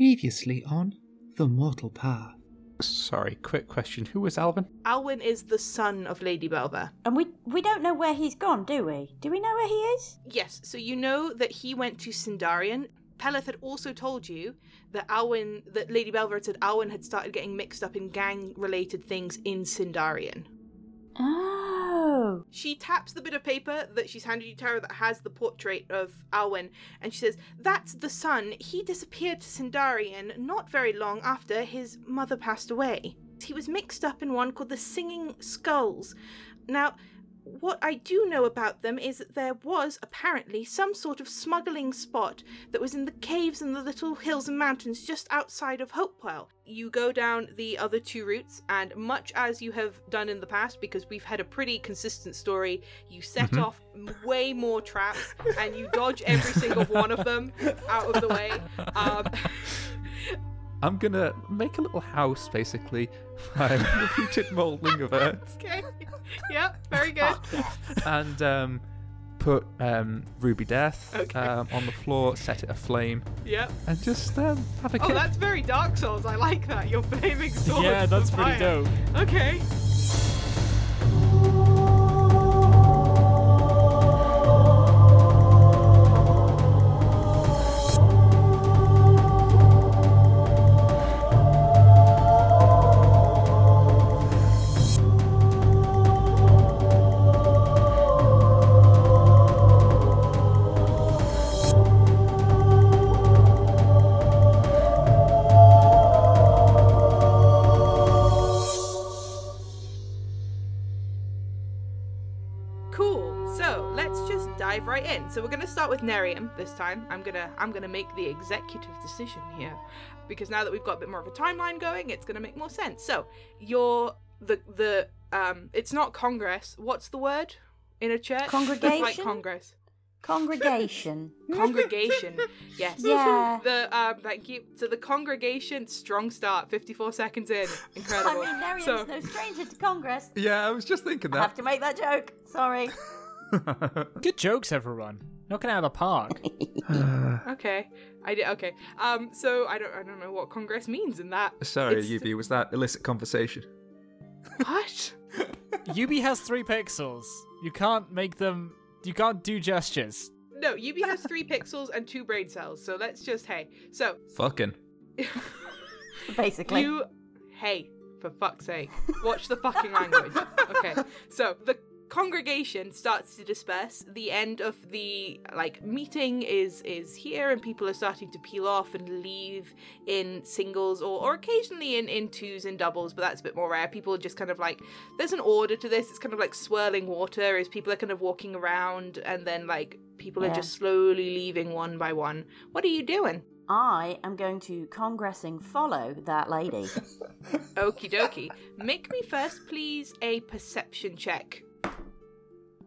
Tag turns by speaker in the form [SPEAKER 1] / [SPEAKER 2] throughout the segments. [SPEAKER 1] Previously on The Mortal Path.
[SPEAKER 2] Sorry, quick question. Who was Alvin?
[SPEAKER 3] Alwyn is the son of Lady Belva.
[SPEAKER 4] And we we don't know where he's gone, do we? Do we know where he is?
[SPEAKER 3] Yes, so you know that he went to Sindarian. Peleth had also told you that Alwyn, that Lady Belva had said Alwyn had started getting mixed up in gang-related things in Sindarian.
[SPEAKER 4] Oh.
[SPEAKER 3] She taps the bit of paper that she's handed you, Tara, that has the portrait of Alwyn, and she says, That's the son. He disappeared to Sindarian not very long after his mother passed away. He was mixed up in one called the Singing Skulls. Now, what I do know about them is that there was apparently some sort of smuggling spot that was in the caves and the little hills and mountains just outside of Hopewell. You go down the other two routes, and much as you have done in the past, because we've had a pretty consistent story, you set
[SPEAKER 2] Mhm.
[SPEAKER 3] off m- way more traps and you dodge every single one of them out of the way. Um,
[SPEAKER 2] I'm gonna make a little house, basically, by repeated moulding of earth,
[SPEAKER 3] okay. Yep, very good.
[SPEAKER 2] and um, put um, Ruby Death
[SPEAKER 3] Okay.
[SPEAKER 2] um, on the floor, set it aflame,
[SPEAKER 3] Yep.
[SPEAKER 2] and just um, have a
[SPEAKER 3] Oh,
[SPEAKER 2] kick.
[SPEAKER 3] that's very Dark Souls. I like that. You're blaming swords.
[SPEAKER 5] yeah, that's
[SPEAKER 3] for
[SPEAKER 5] pretty
[SPEAKER 3] fire.
[SPEAKER 5] dope.
[SPEAKER 3] Okay. Cool. So let's just dive right in. So we're gonna start with Nerium this time. I'm gonna I'm gonna make the executive decision here, because now that we've got a bit more of a timeline going, it's gonna make more sense. So you're the the um, it's not Congress. What's the word in a church? That's like
[SPEAKER 4] Congregation?
[SPEAKER 3] Congress.
[SPEAKER 4] Congregation.
[SPEAKER 3] Congregation. yes.
[SPEAKER 4] Yeah.
[SPEAKER 3] The um, thank you. So the congregation, strong start. Fifty-four seconds in,
[SPEAKER 4] I
[SPEAKER 3] incredible.
[SPEAKER 4] mean, Miriam's
[SPEAKER 3] so
[SPEAKER 4] no stranger to Congress.
[SPEAKER 2] Yeah, I was just thinking
[SPEAKER 4] I have
[SPEAKER 2] that.
[SPEAKER 4] to make that joke. Sorry.
[SPEAKER 5] Good jokes, everyone. Knocking it out of the park.
[SPEAKER 3] okay, I did okay. Um, so I don't I don't know what Congress means in that.
[SPEAKER 2] Sorry,
[SPEAKER 3] It's-
[SPEAKER 2] Yubi, was that illicit conversation?
[SPEAKER 3] What?
[SPEAKER 5] Yubi has three pixels. You can't make them. You can't do gestures.
[SPEAKER 3] No, Yubi has three pixels and two brain cells, so let's just hey. So
[SPEAKER 2] Fucking.
[SPEAKER 4] Basically.
[SPEAKER 3] you hey, for fuck's sake. Watch the fucking language. Okay. So the congregation starts to disperse. The end of the like meeting is is here and people are starting to peel off and leave in singles or, or occasionally in, in twos and doubles, but that's a bit more rare. People are just kind of like there's an order to this. It's kind of like swirling water as people are kind of walking around and then like people are
[SPEAKER 4] Yeah.
[SPEAKER 3] just slowly leaving one by one. What are you doing?
[SPEAKER 4] I am going to congressing follow that lady.
[SPEAKER 3] Okie dokie. Make me first, please, a perception check.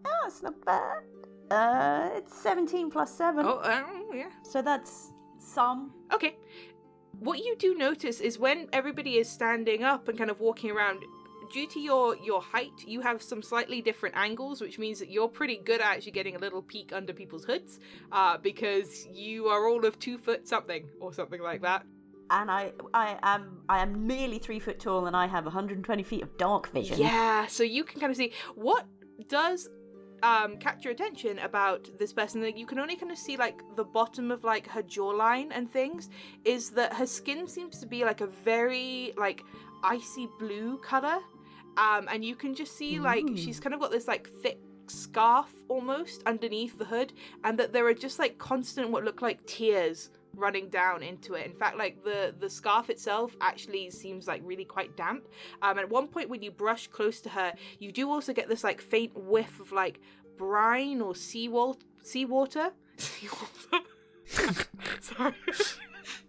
[SPEAKER 4] oh, it's not bad. Uh, it's 17 plus 7.
[SPEAKER 3] Oh, um, yeah.
[SPEAKER 4] So that's some.
[SPEAKER 3] Okay. What you do notice is when everybody is standing up and kind of walking around, due to your your height, you have some slightly different angles, which means that you're pretty good at actually getting a little peek under people's hoods, uh, because you are all of two foot something or something like that.
[SPEAKER 4] And I, I am, I am nearly three foot tall, and I have 120 feet of dark vision.
[SPEAKER 3] Yeah, so you can kind of see what does um catch your attention about this person that you can only kind of see like the bottom of like her jawline and things is that her skin seems to be like a very like icy blue color um and you can just see like
[SPEAKER 4] Ooh.
[SPEAKER 3] she's kind of got this like thick scarf almost underneath the hood and that there are just like constant what look like tears running down into it in fact like the the scarf itself actually seems like really quite damp um at one point when you brush close to her you do also get this like faint whiff of like brine or seawall seawater seawater sorry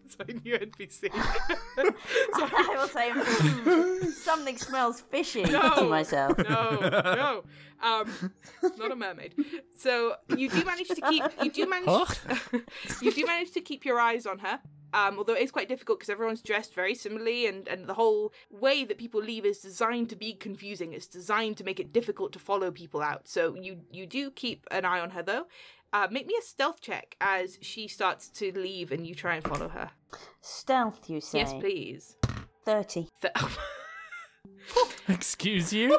[SPEAKER 3] sorry new npc sorry
[SPEAKER 4] I will say "Hmm, something smells fishy to
[SPEAKER 3] No.
[SPEAKER 4] myself.
[SPEAKER 3] no, no, um, not a mermaid. So you do manage to keep you do manage you do manage to keep your eyes on her. Um, although it is quite difficult because everyone's dressed very similarly, and, and the whole way that people leave is designed to be confusing. It's designed to make it difficult to follow people out. So you you do keep an eye on her though. Uh, make me a stealth check as she starts to leave and you try and follow her.
[SPEAKER 4] Stealth, you say?
[SPEAKER 3] Yes, please.
[SPEAKER 4] 30.
[SPEAKER 3] Th-
[SPEAKER 5] Excuse you?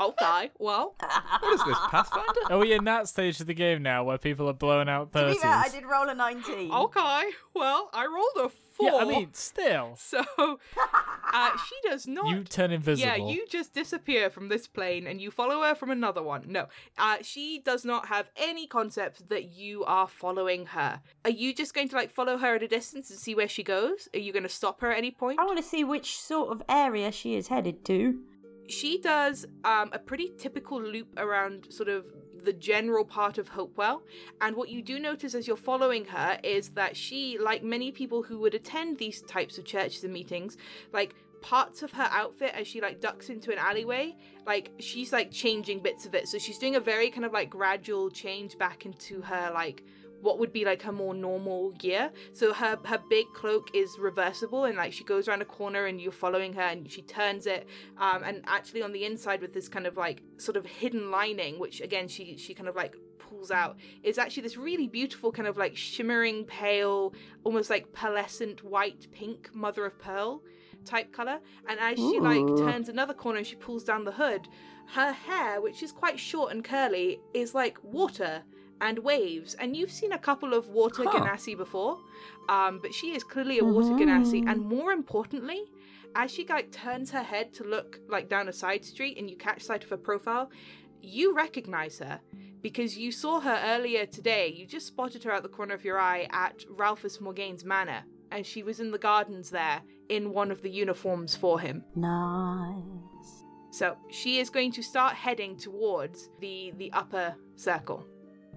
[SPEAKER 3] okay, well,
[SPEAKER 2] What is this, Pathfinder?
[SPEAKER 5] Are we in that stage of the game now where people are blowing out
[SPEAKER 4] To be
[SPEAKER 5] 30s?
[SPEAKER 4] fair, I did roll a 19.
[SPEAKER 3] okay, well, I rolled a four.
[SPEAKER 5] Yeah, I mean, still.
[SPEAKER 3] so uh, she does not.
[SPEAKER 5] You turn invisible.
[SPEAKER 3] Yeah, you just disappear from this plane and you follow her from another one. No, uh, she does not have any concept that you are following her. Are you just going to like follow her at a distance and see where she goes? Are you going to stop her at any point?
[SPEAKER 4] I want to see which sort of area she is headed to.
[SPEAKER 3] She does um, a pretty typical loop around sort of the general part of Hopewell. And what you do notice as you're following her is that she, like many people who would attend these types of churches and meetings, like parts of her outfit as she like ducks into an alleyway, like she's like changing bits of it. So she's doing a very kind of like gradual change back into her like what would be like her more normal gear. So her her big cloak is reversible and like she goes around a corner and you're following her and she turns it um, and actually on the inside with this kind of like sort of hidden lining which again she she kind of like pulls out is actually this really beautiful kind of like shimmering pale almost like pearlescent white pink mother of pearl type color and as she like
[SPEAKER 4] Ooh.
[SPEAKER 3] turns another corner and she pulls down the hood her hair which is quite short and curly is like water and waves and you've seen a couple of water
[SPEAKER 2] Huh.
[SPEAKER 3] ganassi before um, but she is clearly a water ganassi and more importantly as she like turns her head to look like down a side street and you catch sight of her profile you recognize her because you saw her earlier today you just spotted her out the corner of your eye at ralphus morgaine's manor and she was in the gardens there in one of the uniforms for him
[SPEAKER 4] Nice.
[SPEAKER 3] so she is going to start heading towards the the upper circle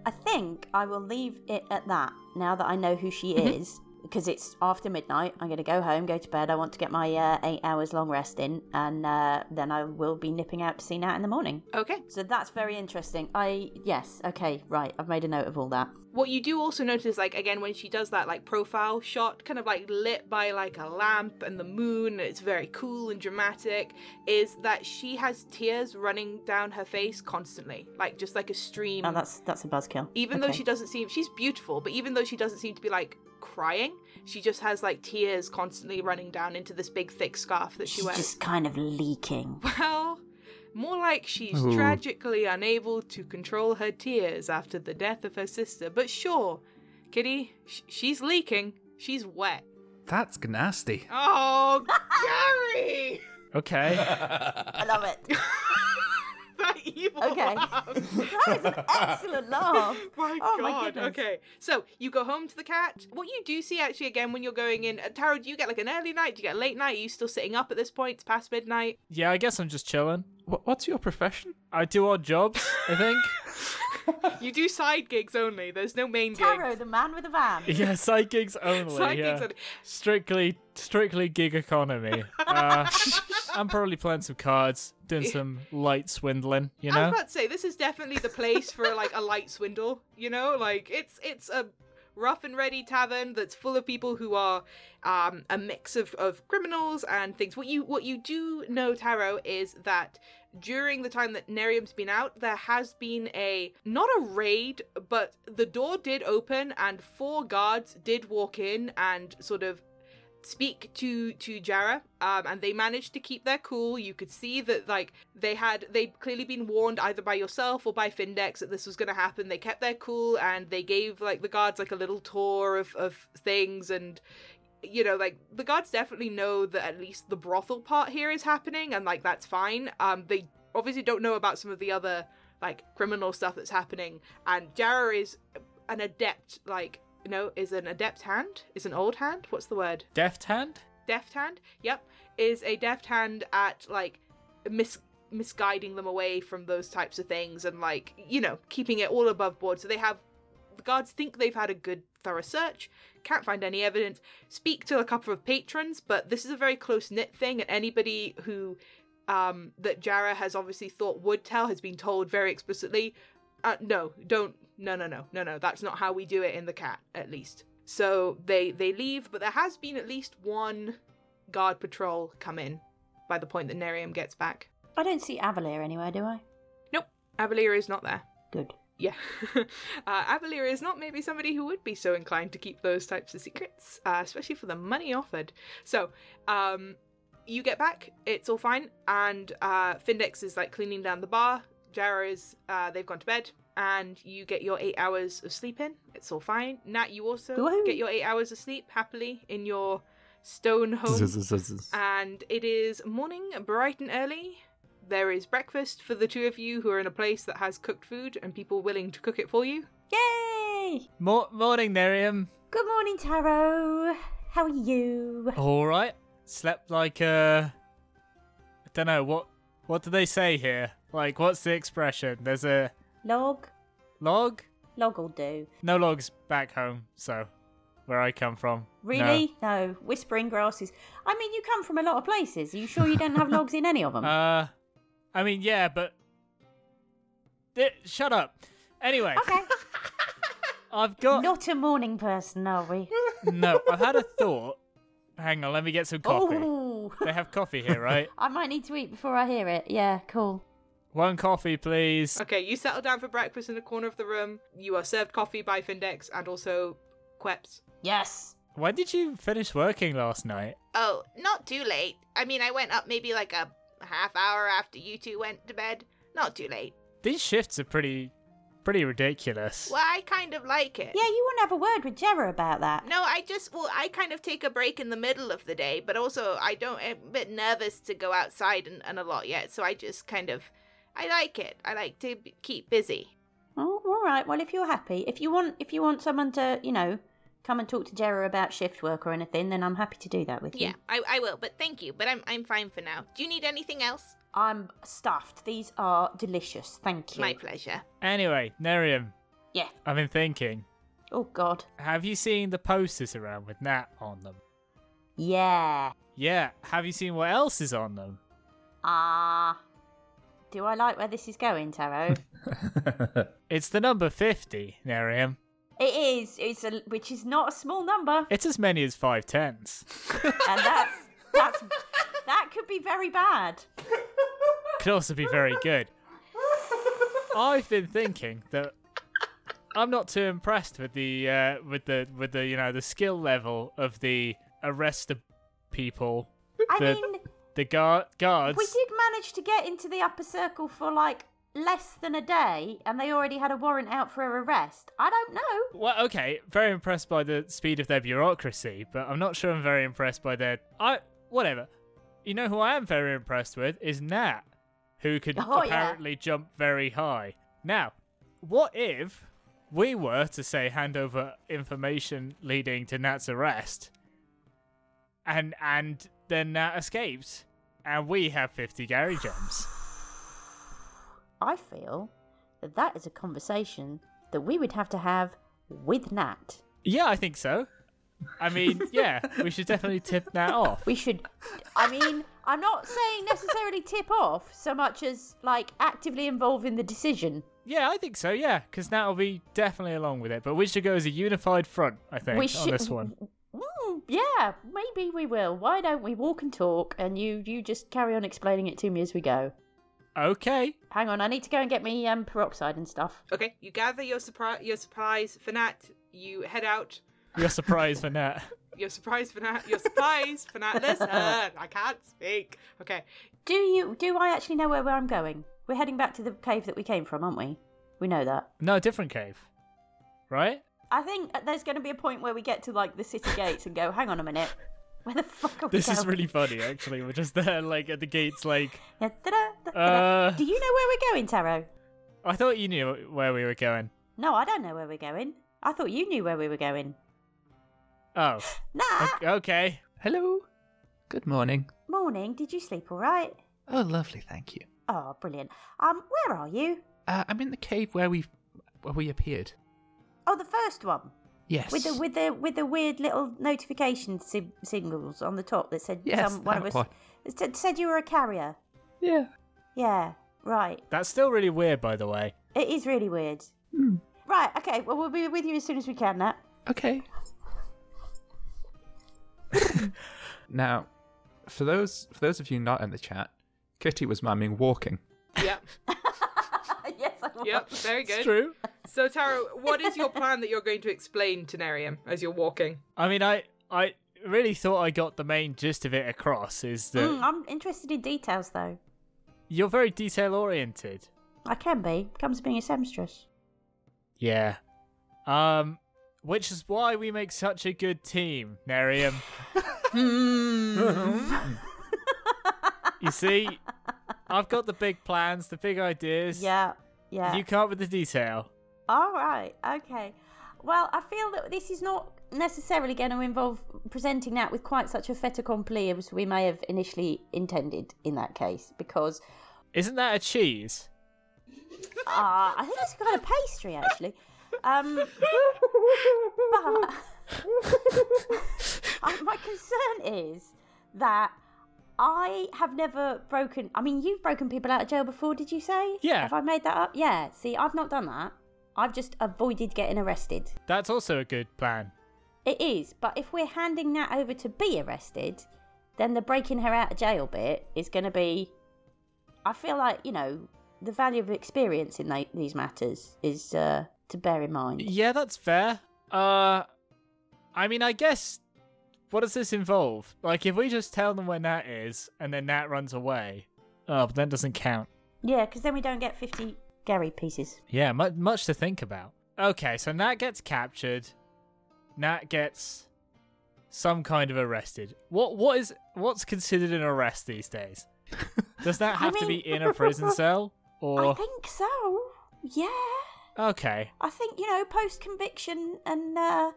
[SPEAKER 4] I think I will leave it at that now that I know who she
[SPEAKER 3] Mm-hmm.
[SPEAKER 4] is. Because it's after midnight, I'm going to go home, go to bed. I want to get my uh, eight hours long rest in, and uh, then I will be nipping out to see Nat in the morning.
[SPEAKER 3] okay
[SPEAKER 4] So that's very interesting. I yes, okay, right. I've made a note of all that.
[SPEAKER 3] What you do also notice, like again, when she does that like profile shot, kind of like lit by like a lamp and the moon, and it's very cool and dramatic, is that she has tears running down her face constantly, like just like a stream.
[SPEAKER 4] Oh, that's that's a buzzkill.
[SPEAKER 3] even though
[SPEAKER 4] Okay.
[SPEAKER 3] she doesn't seem, she's beautiful, but even though she doesn't seem to be like crying, she just has like tears constantly running down into this big thick scarf that she
[SPEAKER 4] she's
[SPEAKER 3] wears.
[SPEAKER 4] just kind of leaking.
[SPEAKER 3] Well, more like she's
[SPEAKER 2] Ooh.
[SPEAKER 3] tragically unable to control her tears after the death of her sister. But sure, Kitty, sh- she's leaking. She's wet.
[SPEAKER 2] That's nasty.
[SPEAKER 3] Oh, Gary!
[SPEAKER 5] Okay.
[SPEAKER 4] I love it.
[SPEAKER 3] That evil
[SPEAKER 4] Okay.
[SPEAKER 3] laugh.
[SPEAKER 4] That is an excellent laugh.
[SPEAKER 3] My
[SPEAKER 4] Oh,
[SPEAKER 3] god.
[SPEAKER 4] my goodness.
[SPEAKER 3] Okay. So you go home to the cat. What you do see actually again when you're going in, uh, Tara, do you get like an early night? Do you get a late night? Are you still sitting up at this point? It's past midnight.
[SPEAKER 5] yeah, I guess I'm just chilling.
[SPEAKER 2] Wha what's your profession?
[SPEAKER 5] I do odd jobs, I think.
[SPEAKER 3] You do side gigs only. There's no main
[SPEAKER 4] Taro,
[SPEAKER 3] gigs.
[SPEAKER 4] the man with a van.
[SPEAKER 5] yeah, side gigs only.
[SPEAKER 3] Side
[SPEAKER 5] yeah.
[SPEAKER 3] gigs only.
[SPEAKER 5] Strictly, strictly gig economy. Uh, I'm probably playing some cards, doing some light swindling, you
[SPEAKER 3] I
[SPEAKER 5] know?
[SPEAKER 3] was about to say this is definitely the place for like a light swindle. You know, like it's it's a rough and ready tavern that's full of people who are um, a mix of, of criminals and things. What you what you do know, Taro, is that during the time that Nerium's been out, there has been a not a raid, but the door did open and four guards did walk in and sort of speak to to Jara, um, and they managed to keep their cool. You could see that like they had they'd clearly been warned either by yourself or by Findex that this was going to happen. They kept their cool and they gave like the guards like a little tour of of things and you know like the guards definitely know that at least the brothel part here is happening and like that's fine. Um, they obviously don't know about some of the other like criminal stuff that's happening and Jara is an adept like you know is an adept hand is an old hand what's the word
[SPEAKER 5] Deft hand?
[SPEAKER 3] deft hand yep is a deft hand at like mis misguiding them away from those types of things and like you know keeping it all above board so they have the guards think they've had a good thorough search can't find any evidence speak to a couple of patrons but this is a very close knit thing and anybody who um that jara has obviously thought would tell has been told very explicitly uh, no don't no no no no no that's not how we do it in the cat at least so they they leave but there has been at least one guard patrol come in by the point that nerium gets back
[SPEAKER 4] I don't see Avalir anywhere, do I?
[SPEAKER 3] nope avalir is not there
[SPEAKER 4] Good.
[SPEAKER 3] Yeah. uh, Avalir is not maybe somebody who would be so inclined to keep those types of secrets, uh, especially for the money offered. So, um, you get back, it's all fine, and uh, Findex is like cleaning down the bar. Jara is, uh, they've gone to bed, and you get your eight hours of sleep in. It's all fine. Nat, you also
[SPEAKER 4] Woohoo.
[SPEAKER 3] get your eight hours of sleep happily in your stone
[SPEAKER 2] Oh.
[SPEAKER 3] home.
[SPEAKER 2] Zzz.
[SPEAKER 3] And it is morning, bright and early. There is breakfast for the two of you who are in a place that has cooked food and people willing to cook it for you.
[SPEAKER 4] Yay!
[SPEAKER 5] Mo- morning, Nerium.
[SPEAKER 4] Good morning, Taro. How are you?
[SPEAKER 5] All right. Slept like a. I don't know what. What do they say here? Like, what's the expression? There's a
[SPEAKER 4] Log,
[SPEAKER 5] log.
[SPEAKER 4] log will do.
[SPEAKER 5] No logs back home. So, where I come from. No.
[SPEAKER 4] Really? No. Whispering grasses. I mean, you come from a lot of places. Are you sure you don't have logs in any of them?
[SPEAKER 5] Uh, I mean, yeah, but. Eh, shut up. Anyway,
[SPEAKER 4] okay.
[SPEAKER 5] I've got.
[SPEAKER 4] Not a morning person, are we?
[SPEAKER 5] No, I've had a thought. Hang on, let me get some coffee.
[SPEAKER 4] Oh,
[SPEAKER 5] They have coffee here, right?
[SPEAKER 4] I might need to eat before I hear it. Yeah, cool.
[SPEAKER 5] One coffee, please.
[SPEAKER 3] Okay, you settle down for breakfast in the corner of the room. You are served coffee by Findex and also Queps.
[SPEAKER 4] Yes.
[SPEAKER 5] When did you finish working last night?
[SPEAKER 3] Oh, not too late. I mean, I went up maybe like a half hour after you two went to bed. Not too late.
[SPEAKER 5] These shifts are pretty, pretty ridiculous.
[SPEAKER 3] Well, I kind of like it.
[SPEAKER 4] Yeah, you want to have a word with Jera about that.
[SPEAKER 3] No, I just well, I kind of take a break in the middle of the day, but also I don't I'm a bit nervous to go outside and, and a lot yet, so I just kind of I like it. I like to b- keep busy.
[SPEAKER 4] Oh, all right. Well, if you're happy, if you want, if you want someone to, you know, come and talk to Jera about shift work or anything, then I'm happy to do that with you.
[SPEAKER 3] Yeah, I, I will, but thank you. But I'm I'm fine for now. Do you need anything else?
[SPEAKER 4] I'm stuffed. These are delicious. Thank you.
[SPEAKER 3] My pleasure.
[SPEAKER 5] Anyway, Nerium,
[SPEAKER 4] yeah.
[SPEAKER 5] I've been thinking.
[SPEAKER 4] Oh God.
[SPEAKER 5] Have you seen the posters around with Nat on them?
[SPEAKER 4] Yeah.
[SPEAKER 5] Yeah. Have you seen what else is on them?
[SPEAKER 4] Ah. do I like where this is going, Taro?
[SPEAKER 2] Uh,
[SPEAKER 5] It's the number fifty, Nerium.
[SPEAKER 4] it is. It's a which is not a small number,
[SPEAKER 5] It's as many as five tens.
[SPEAKER 4] and that's that's that could be very bad.
[SPEAKER 5] Could also be very good. I've been thinking that I'm not too impressed with the uh, with the with the you know the skill level of the arrest the people
[SPEAKER 4] I
[SPEAKER 5] The-
[SPEAKER 4] mean,
[SPEAKER 5] the guard guards.
[SPEAKER 4] we did manage to get into the upper circle for like less than a day, and they already had a warrant out for her arrest. I don't know.
[SPEAKER 5] Well, okay, very impressed by the speed of their bureaucracy, but I'm not sure I'm very impressed by their. I whatever. You know who I am very impressed with is Nat, who could
[SPEAKER 4] Oh, yeah.
[SPEAKER 5] apparently jump very high. Now, what if we were to say hand over information leading to Nat's arrest, and and then Nat escapes, and we have 50 Gary jumps?
[SPEAKER 4] I feel that that is a conversation that we would have to have with Nat.
[SPEAKER 5] yeah, I think so. I mean, yeah, we should definitely tip Nat off.
[SPEAKER 4] We should. I mean, I'm not saying necessarily tip off so much as like actively involve in the decision.
[SPEAKER 5] Yeah, I think so. Yeah, because Nat will be definitely along with it. But we should go as a unified front. I think
[SPEAKER 4] we
[SPEAKER 5] on Oh, this one.
[SPEAKER 4] Mm, yeah, maybe we will. Why don't we walk and talk, and you you just carry on explaining it to me as we go.
[SPEAKER 5] Okay.
[SPEAKER 4] Hang on, I need to go and get me um, peroxide and stuff.
[SPEAKER 3] Okay, you gather your surprise your supplies for Nat. You head out.
[SPEAKER 5] Your surprise for Nat.
[SPEAKER 3] Your surprise for Nat. Your supplies for Nat. Listen, I can't speak. Okay,
[SPEAKER 4] Do you do I actually know where, where I'm going? We're heading back to the cave that we came from, aren't we? We know that.
[SPEAKER 5] No, different cave. Right?
[SPEAKER 4] I think uh, there's going to be a point where we get to like the city gates and go, hang on a minute, where the fuck are we
[SPEAKER 5] This is
[SPEAKER 4] going?"
[SPEAKER 5] really funny. Actually, we're just there, like at the gates. Like,
[SPEAKER 4] Yeah, da-da, da-da.
[SPEAKER 5] uh,
[SPEAKER 4] Do you know where we're going, Taro?
[SPEAKER 5] I thought you knew where we were going.
[SPEAKER 4] No, I don't know where we're going. I thought you knew where we were going.
[SPEAKER 5] Oh,
[SPEAKER 4] Nah.
[SPEAKER 5] o- okay.
[SPEAKER 1] Hello. Good morning.
[SPEAKER 4] Morning. Did you sleep all right?
[SPEAKER 1] Oh, lovely, thank you.
[SPEAKER 4] Oh, brilliant. Um, where are you?
[SPEAKER 1] Uh, I'm in the cave where we where we appeared.
[SPEAKER 4] Oh, the first one
[SPEAKER 1] Yes.
[SPEAKER 4] with the with the with the weird little notification si- signals on the top that said
[SPEAKER 1] Yes,
[SPEAKER 4] some, one of
[SPEAKER 1] that
[SPEAKER 4] us
[SPEAKER 1] one.
[SPEAKER 4] it said, said you were a carrier.
[SPEAKER 1] yeah.
[SPEAKER 4] Yeah. Right.
[SPEAKER 5] That's still really weird, by the way.
[SPEAKER 4] It is really weird.
[SPEAKER 1] Hmm.
[SPEAKER 4] Right. Okay. Well, we'll be with you as soon as we can, Nat.
[SPEAKER 1] Okay.
[SPEAKER 2] Now, for those for those of you not in the chat, Kitty was miming walking.
[SPEAKER 3] yep,
[SPEAKER 4] yes, I will.
[SPEAKER 3] yep, very
[SPEAKER 5] It's
[SPEAKER 3] good.
[SPEAKER 5] true.
[SPEAKER 3] So, Tara, what is your plan that you're going to explain to Nerium as you're walking?
[SPEAKER 5] I mean, I I really thought I got the main gist of it across. Is that
[SPEAKER 4] Mm, I'm interested in details though.
[SPEAKER 5] you're very detail oriented.
[SPEAKER 4] I can be. Comes being a seamstress.
[SPEAKER 5] Yeah. Um, which is why we make such a good team, Nerium. you see, I've got the big plans, the big ideas.
[SPEAKER 4] Yeah, yeah.
[SPEAKER 5] You come up with the detail.
[SPEAKER 4] All right. Okay. Well, I feel that this is not necessarily going to involve presenting that with quite such a fait accompli as we may have initially intended in that case, because
[SPEAKER 5] Isn't that a cheese?
[SPEAKER 4] uh, I think it's a kind of pastry actually. Um, but Uh, my concern is that I have never broken. I mean, you've broken people out of jail before, did you say?
[SPEAKER 5] Yeah.
[SPEAKER 4] Have I made that up? Yeah. See, I've not done that. I've just avoided getting arrested.
[SPEAKER 5] That's also a good plan.
[SPEAKER 4] It is, but if we're handing that over to be arrested, then the breaking her out of jail bit is going to be. I feel like you know the value of experience in tha- these matters is uh, to bear in mind.
[SPEAKER 5] Yeah, that's fair. Uh, I mean, I guess. What does this involve? Like, if we just tell them where Nat is, and then Nat runs away. Oh, but that doesn't count.
[SPEAKER 4] Yeah, because then we don't get fifty Gary pieces.
[SPEAKER 5] Yeah, mu- much to think about. Okay, so Nat gets captured. Nat gets some kind of arrested. What what is what's considered an arrest these days? Does that
[SPEAKER 4] I
[SPEAKER 5] have to
[SPEAKER 4] mean-
[SPEAKER 5] be in a prison cell
[SPEAKER 4] I
[SPEAKER 5] or
[SPEAKER 4] think so. Yeah.
[SPEAKER 5] okay?
[SPEAKER 4] I think you know, post conviction and uh,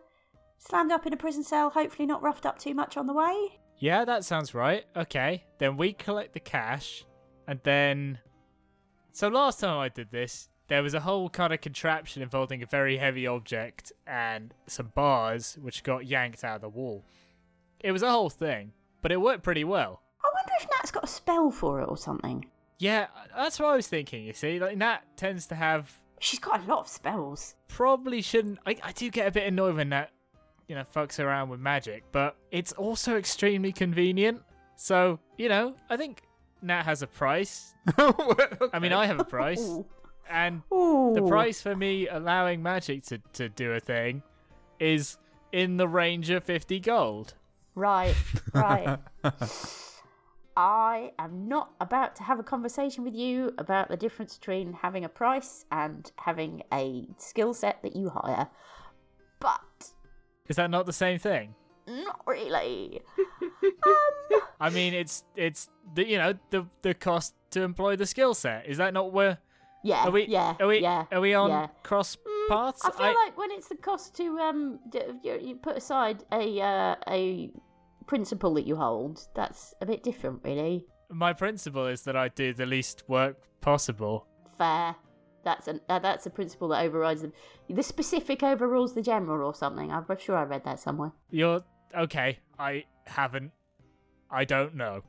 [SPEAKER 4] slammed up in a prison cell. Hopefully, not roughed up too much on the way.
[SPEAKER 5] Yeah, that sounds right. Okay, then we collect the cash, and then. So last time I did this, there was a whole kind of contraption involving a very heavy object and some bars which got yanked out of the wall. It was a whole thing, but it worked pretty well.
[SPEAKER 4] I wonder if Nat's got a spell for it or something.
[SPEAKER 5] Yeah, that's what I was thinking. You see, like Nat tends to have
[SPEAKER 4] She's got a lot of spells.
[SPEAKER 5] probably shouldn't. I, I do get a bit annoyed when that, you know, fucks around with magic, but it's also extremely convenient. So, you know, I think Nat has a price. I mean, I have a price.
[SPEAKER 4] Ooh.
[SPEAKER 5] And
[SPEAKER 4] Ooh.
[SPEAKER 5] the price for me allowing magic to, to do a thing is in the range of 50 gold.
[SPEAKER 4] Right, right. I am not about to have a conversation with you about the difference between having a price and having a skill set that you hire. But
[SPEAKER 5] Is that not the same thing?
[SPEAKER 4] not really.
[SPEAKER 5] I mean, it's it's the you know the the cost to employ the skill set. Is that not where
[SPEAKER 4] Yeah.
[SPEAKER 5] are we?
[SPEAKER 4] yeah.
[SPEAKER 5] are we?
[SPEAKER 4] yeah,
[SPEAKER 5] are we on
[SPEAKER 4] yeah. Mm,
[SPEAKER 5] cross paths?
[SPEAKER 4] I feel like when it's the cost to um, d- you, you put aside a uh, a principle that you hold, that's a bit different, really.
[SPEAKER 5] My principle is that I do the least work possible.
[SPEAKER 4] Fair. That's an uh, that's a principle that overrides them. The specific overrules the general, or something. I'm sure I read that somewhere.
[SPEAKER 5] You're okay. I haven't. I don't know.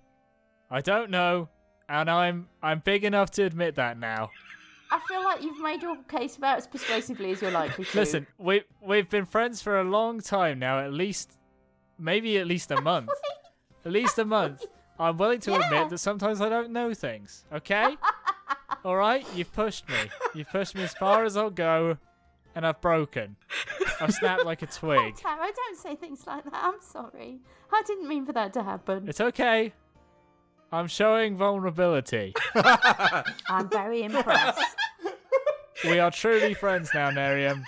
[SPEAKER 5] I don't know, and I'm I'm big enough to admit that now.
[SPEAKER 4] I feel like you've made your case about as persuasively as you're likely to.
[SPEAKER 5] Listen, we we've been friends for a long time now. At least, maybe at least a month. at least a month. I'm willing to
[SPEAKER 4] Yeah.
[SPEAKER 5] admit that sometimes I don't know things. Okay. All right. You've pushed me. You've pushed me as far as I'll go, and I've broken. I've snapped like a twig.
[SPEAKER 4] Tara, don't say things like that. I'm sorry. I didn't mean for that to happen.
[SPEAKER 5] It's okay. I'm showing vulnerability.
[SPEAKER 4] I'm very impressed.
[SPEAKER 5] we are truly friends now, Nerium.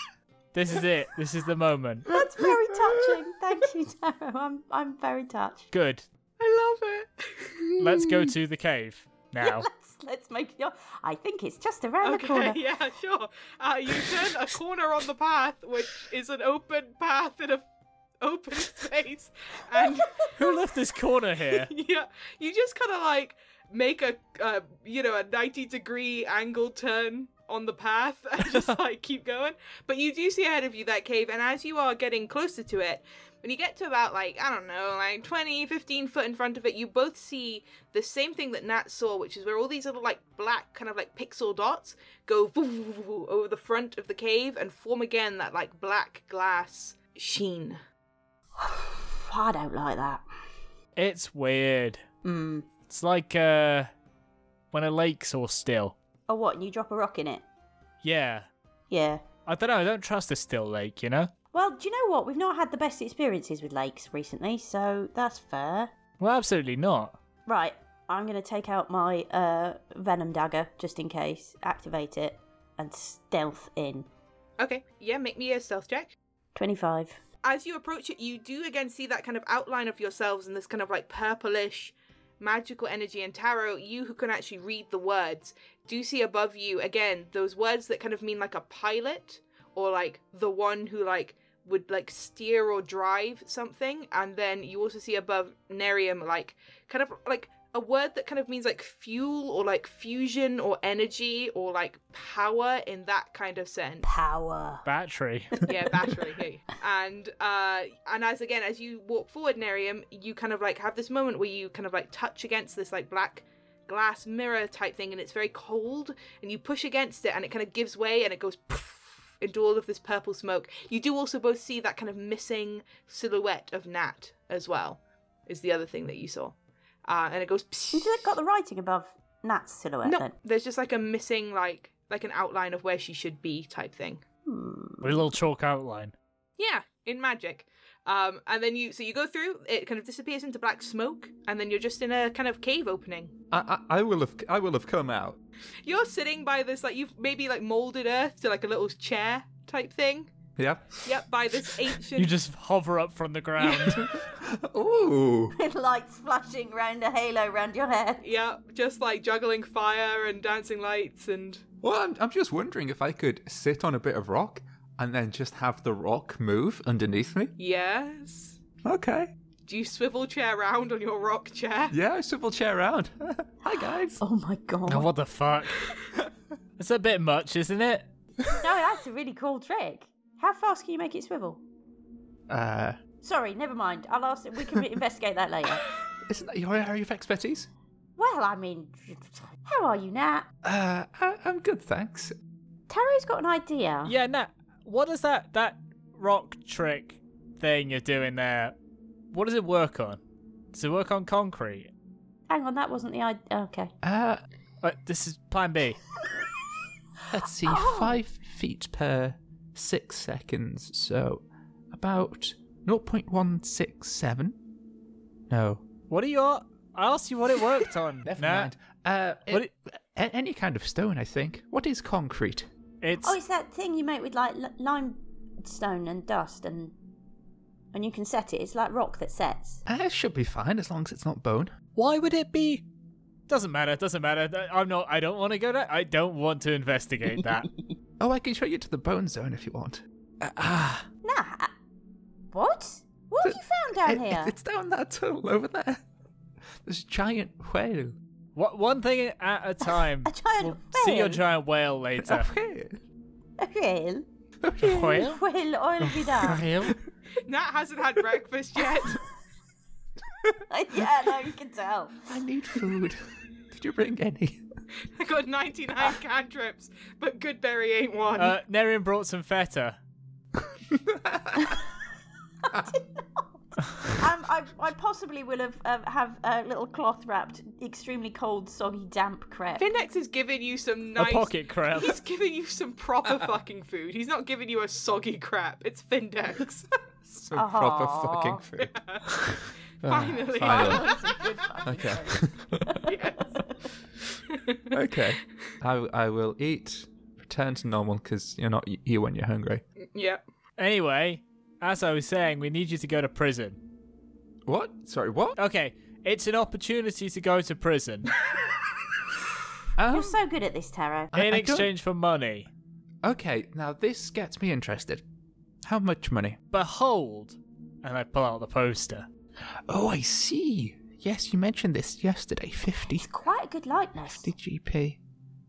[SPEAKER 5] This is it. This is the moment.
[SPEAKER 4] That's very touching. Thank you, Tara. I'm I'm very touched.
[SPEAKER 5] Good.
[SPEAKER 3] I love it.
[SPEAKER 5] Let's go to the cave now.
[SPEAKER 4] Let's let's make your. I think it's just around the corner.
[SPEAKER 3] Okay, yeah, sure. Uh, you turn a corner on the path, which is an open path in a open space, and
[SPEAKER 5] Who left this corner here?
[SPEAKER 3] yeah, you just kind of like make a uh, you know a ninety degree angle turn on the path and just like keep going. But you do see ahead of you that cave, and as you are getting closer to it. When you get to about like, I don't know, like 20, 15 foot in front of it, you both see the same thing that Nat saw, which is where all these little like black kind of like pixel dots go voo- voo- voo- voo over the front of the cave and form again that like black glass sheen.
[SPEAKER 4] I don't like that.
[SPEAKER 5] It's weird.
[SPEAKER 4] Mm.
[SPEAKER 5] It's like uh, when a lake's all still.
[SPEAKER 4] Oh, what? And you drop a rock in it?
[SPEAKER 5] Yeah.
[SPEAKER 4] Yeah.
[SPEAKER 5] I don't know. I don't trust this still lake. You know.
[SPEAKER 4] Well, do you know what? We've not had the best experiences with lakes recently, so that's fair.
[SPEAKER 5] Well, absolutely not.
[SPEAKER 4] Right, I'm going to take out my uh, venom dagger just in case, activate it, and stealth in.
[SPEAKER 3] Okay, yeah, make me a stealth check.
[SPEAKER 4] 25.
[SPEAKER 3] As you approach it, you do again see that kind of outline of yourselves and this kind of like purplish magical energy. And Taro, you who can actually read the words, do see above you again those words that kind of mean like a pilot or like the one who like would like steer or drive something. And then you also see above Nerium like kind of like a word that kind of means like fuel or like fusion or energy or like power in that kind of sense.
[SPEAKER 4] Power.
[SPEAKER 5] Battery.
[SPEAKER 3] yeah battery hey. and uh and as again as you walk forward nerium you kind of like have this moment where you kind of like touch against this like black glass mirror type thing and it's very cold and you push against it and it kind of gives way and it goes poof into all of this purple smoke you do also both see that kind of missing silhouette of nat as well is the other thing that you saw uh and it goes
[SPEAKER 4] Has it got the writing above Nat's silhouette
[SPEAKER 3] no
[SPEAKER 4] then?
[SPEAKER 3] there's just like a missing like like an outline of where she should be type thing
[SPEAKER 4] Hmm.
[SPEAKER 5] With a little chalk outline.
[SPEAKER 3] Yeah, in magic. Um, and then you, so you go through. It kind of disappears into black smoke, and then you're just in a kind of cave opening.
[SPEAKER 2] I, I, I will have I will have come out.
[SPEAKER 3] You're sitting by this, like you've maybe like molded earth to like a little chair type thing.
[SPEAKER 2] Yeah.
[SPEAKER 3] Yep, by this ancient.
[SPEAKER 5] You just hover up from the ground.
[SPEAKER 2] Ooh.
[SPEAKER 4] With lights flashing round a halo round your head.
[SPEAKER 3] yeah, just like juggling fire and dancing lights and.
[SPEAKER 2] Well, I'm, I'm just wondering if I could sit on a bit of rock and then just have the rock move underneath me.
[SPEAKER 3] Yes.
[SPEAKER 2] Okay.
[SPEAKER 3] Do you swivel chair round on your rock chair?
[SPEAKER 2] Yeah, swivel chair around. Hi guys.
[SPEAKER 4] Oh my god. No,
[SPEAKER 5] oh, what the fuck? It's a bit much, isn't it?
[SPEAKER 4] that's a really cool trick. How fast can you make it swivel? Oh.
[SPEAKER 2] Uh,
[SPEAKER 4] Sorry, never mind. I'll ask. We can investigate that later.
[SPEAKER 2] isn't that your area of expertise?
[SPEAKER 4] Well, I mean, how are you, Nat?
[SPEAKER 2] Uh, I, I'm good, thanks.
[SPEAKER 4] Taro's got an idea.
[SPEAKER 5] Yeah, Nat. What does that that rock trick thing you're doing there? What does it work on? Does it work on concrete?
[SPEAKER 4] Hang on, that wasn't the idea. Okay.
[SPEAKER 1] Uh,
[SPEAKER 5] Uh, this is Plan B.
[SPEAKER 1] let's see,
[SPEAKER 4] Oh.
[SPEAKER 1] five feet per six seconds, so about 0.167. No,
[SPEAKER 5] What are you? I asked you what it worked on.
[SPEAKER 1] never
[SPEAKER 5] Nat.
[SPEAKER 1] mind. Uh,
[SPEAKER 5] What
[SPEAKER 1] it- a- any kind of stone, I think. What is concrete?
[SPEAKER 5] It's
[SPEAKER 4] Oh, it's that thing you make with like li- limestone and dust, and and you can set it. It's like rock that sets.
[SPEAKER 1] Uh, it should be fine as long as it's not bone.
[SPEAKER 5] why would it be? Doesn't matter. Doesn't matter. Th- I'm not. I don't want to go there. I don't want to investigate that.
[SPEAKER 1] Oh, I can show you to the bone zone if you want. Uh, ah,
[SPEAKER 4] Nah. uh, What? What have you found
[SPEAKER 1] it-
[SPEAKER 4] down
[SPEAKER 1] it-
[SPEAKER 4] here?
[SPEAKER 1] it's down that tunnel over there. This giant whale.
[SPEAKER 5] what one thing at a time.
[SPEAKER 4] A giant
[SPEAKER 5] See your
[SPEAKER 4] whale?
[SPEAKER 5] giant whale later.
[SPEAKER 1] A whale.
[SPEAKER 4] A whale.
[SPEAKER 5] A whale.
[SPEAKER 4] Whale oil be done.
[SPEAKER 5] Whale?
[SPEAKER 3] Nat hasn't had breakfast yet.
[SPEAKER 4] yeah, no, you can tell.
[SPEAKER 1] I need food. Did you bring any?
[SPEAKER 3] I got 99 cantrips, but Goodberry ain't one.
[SPEAKER 5] Uh, Nerian brought some feta.
[SPEAKER 4] Um, I, I possibly will have um, have a little cloth wrapped, extremely cold, soggy, damp crepe.
[SPEAKER 3] Finnex has given you some
[SPEAKER 5] A
[SPEAKER 3] nice
[SPEAKER 5] pocket crab.
[SPEAKER 3] He's giving you some proper fucking food. He's not giving you a soggy crap. It's Findex.
[SPEAKER 2] Some proper
[SPEAKER 4] Aw.
[SPEAKER 2] fucking food.
[SPEAKER 3] Finally.
[SPEAKER 1] Ah,
[SPEAKER 2] Finally.
[SPEAKER 4] That's a good fucking
[SPEAKER 2] Okay.
[SPEAKER 4] joke.
[SPEAKER 2] okay. I, I will eat, return to normal because you're not you when you're hungry.
[SPEAKER 3] yeah.
[SPEAKER 5] Anyway, as I was saying, we need you to go to prison.
[SPEAKER 2] What? Sorry, what?
[SPEAKER 4] Uh,
[SPEAKER 5] Okay, it's an opportunity to go to prison
[SPEAKER 2] Um,
[SPEAKER 5] Oh.
[SPEAKER 4] You're
[SPEAKER 1] Um,
[SPEAKER 4] so good at this, Taro.
[SPEAKER 1] I- I
[SPEAKER 5] in
[SPEAKER 1] don't-
[SPEAKER 5] exchange for money.
[SPEAKER 1] Okay, now this gets me interested. How much money?
[SPEAKER 5] Behold, and I pull out the poster.
[SPEAKER 1] Oh, I see. Yes, you mentioned this yesterday. 50,
[SPEAKER 4] It's quite a good likeness.
[SPEAKER 1] 50 GP.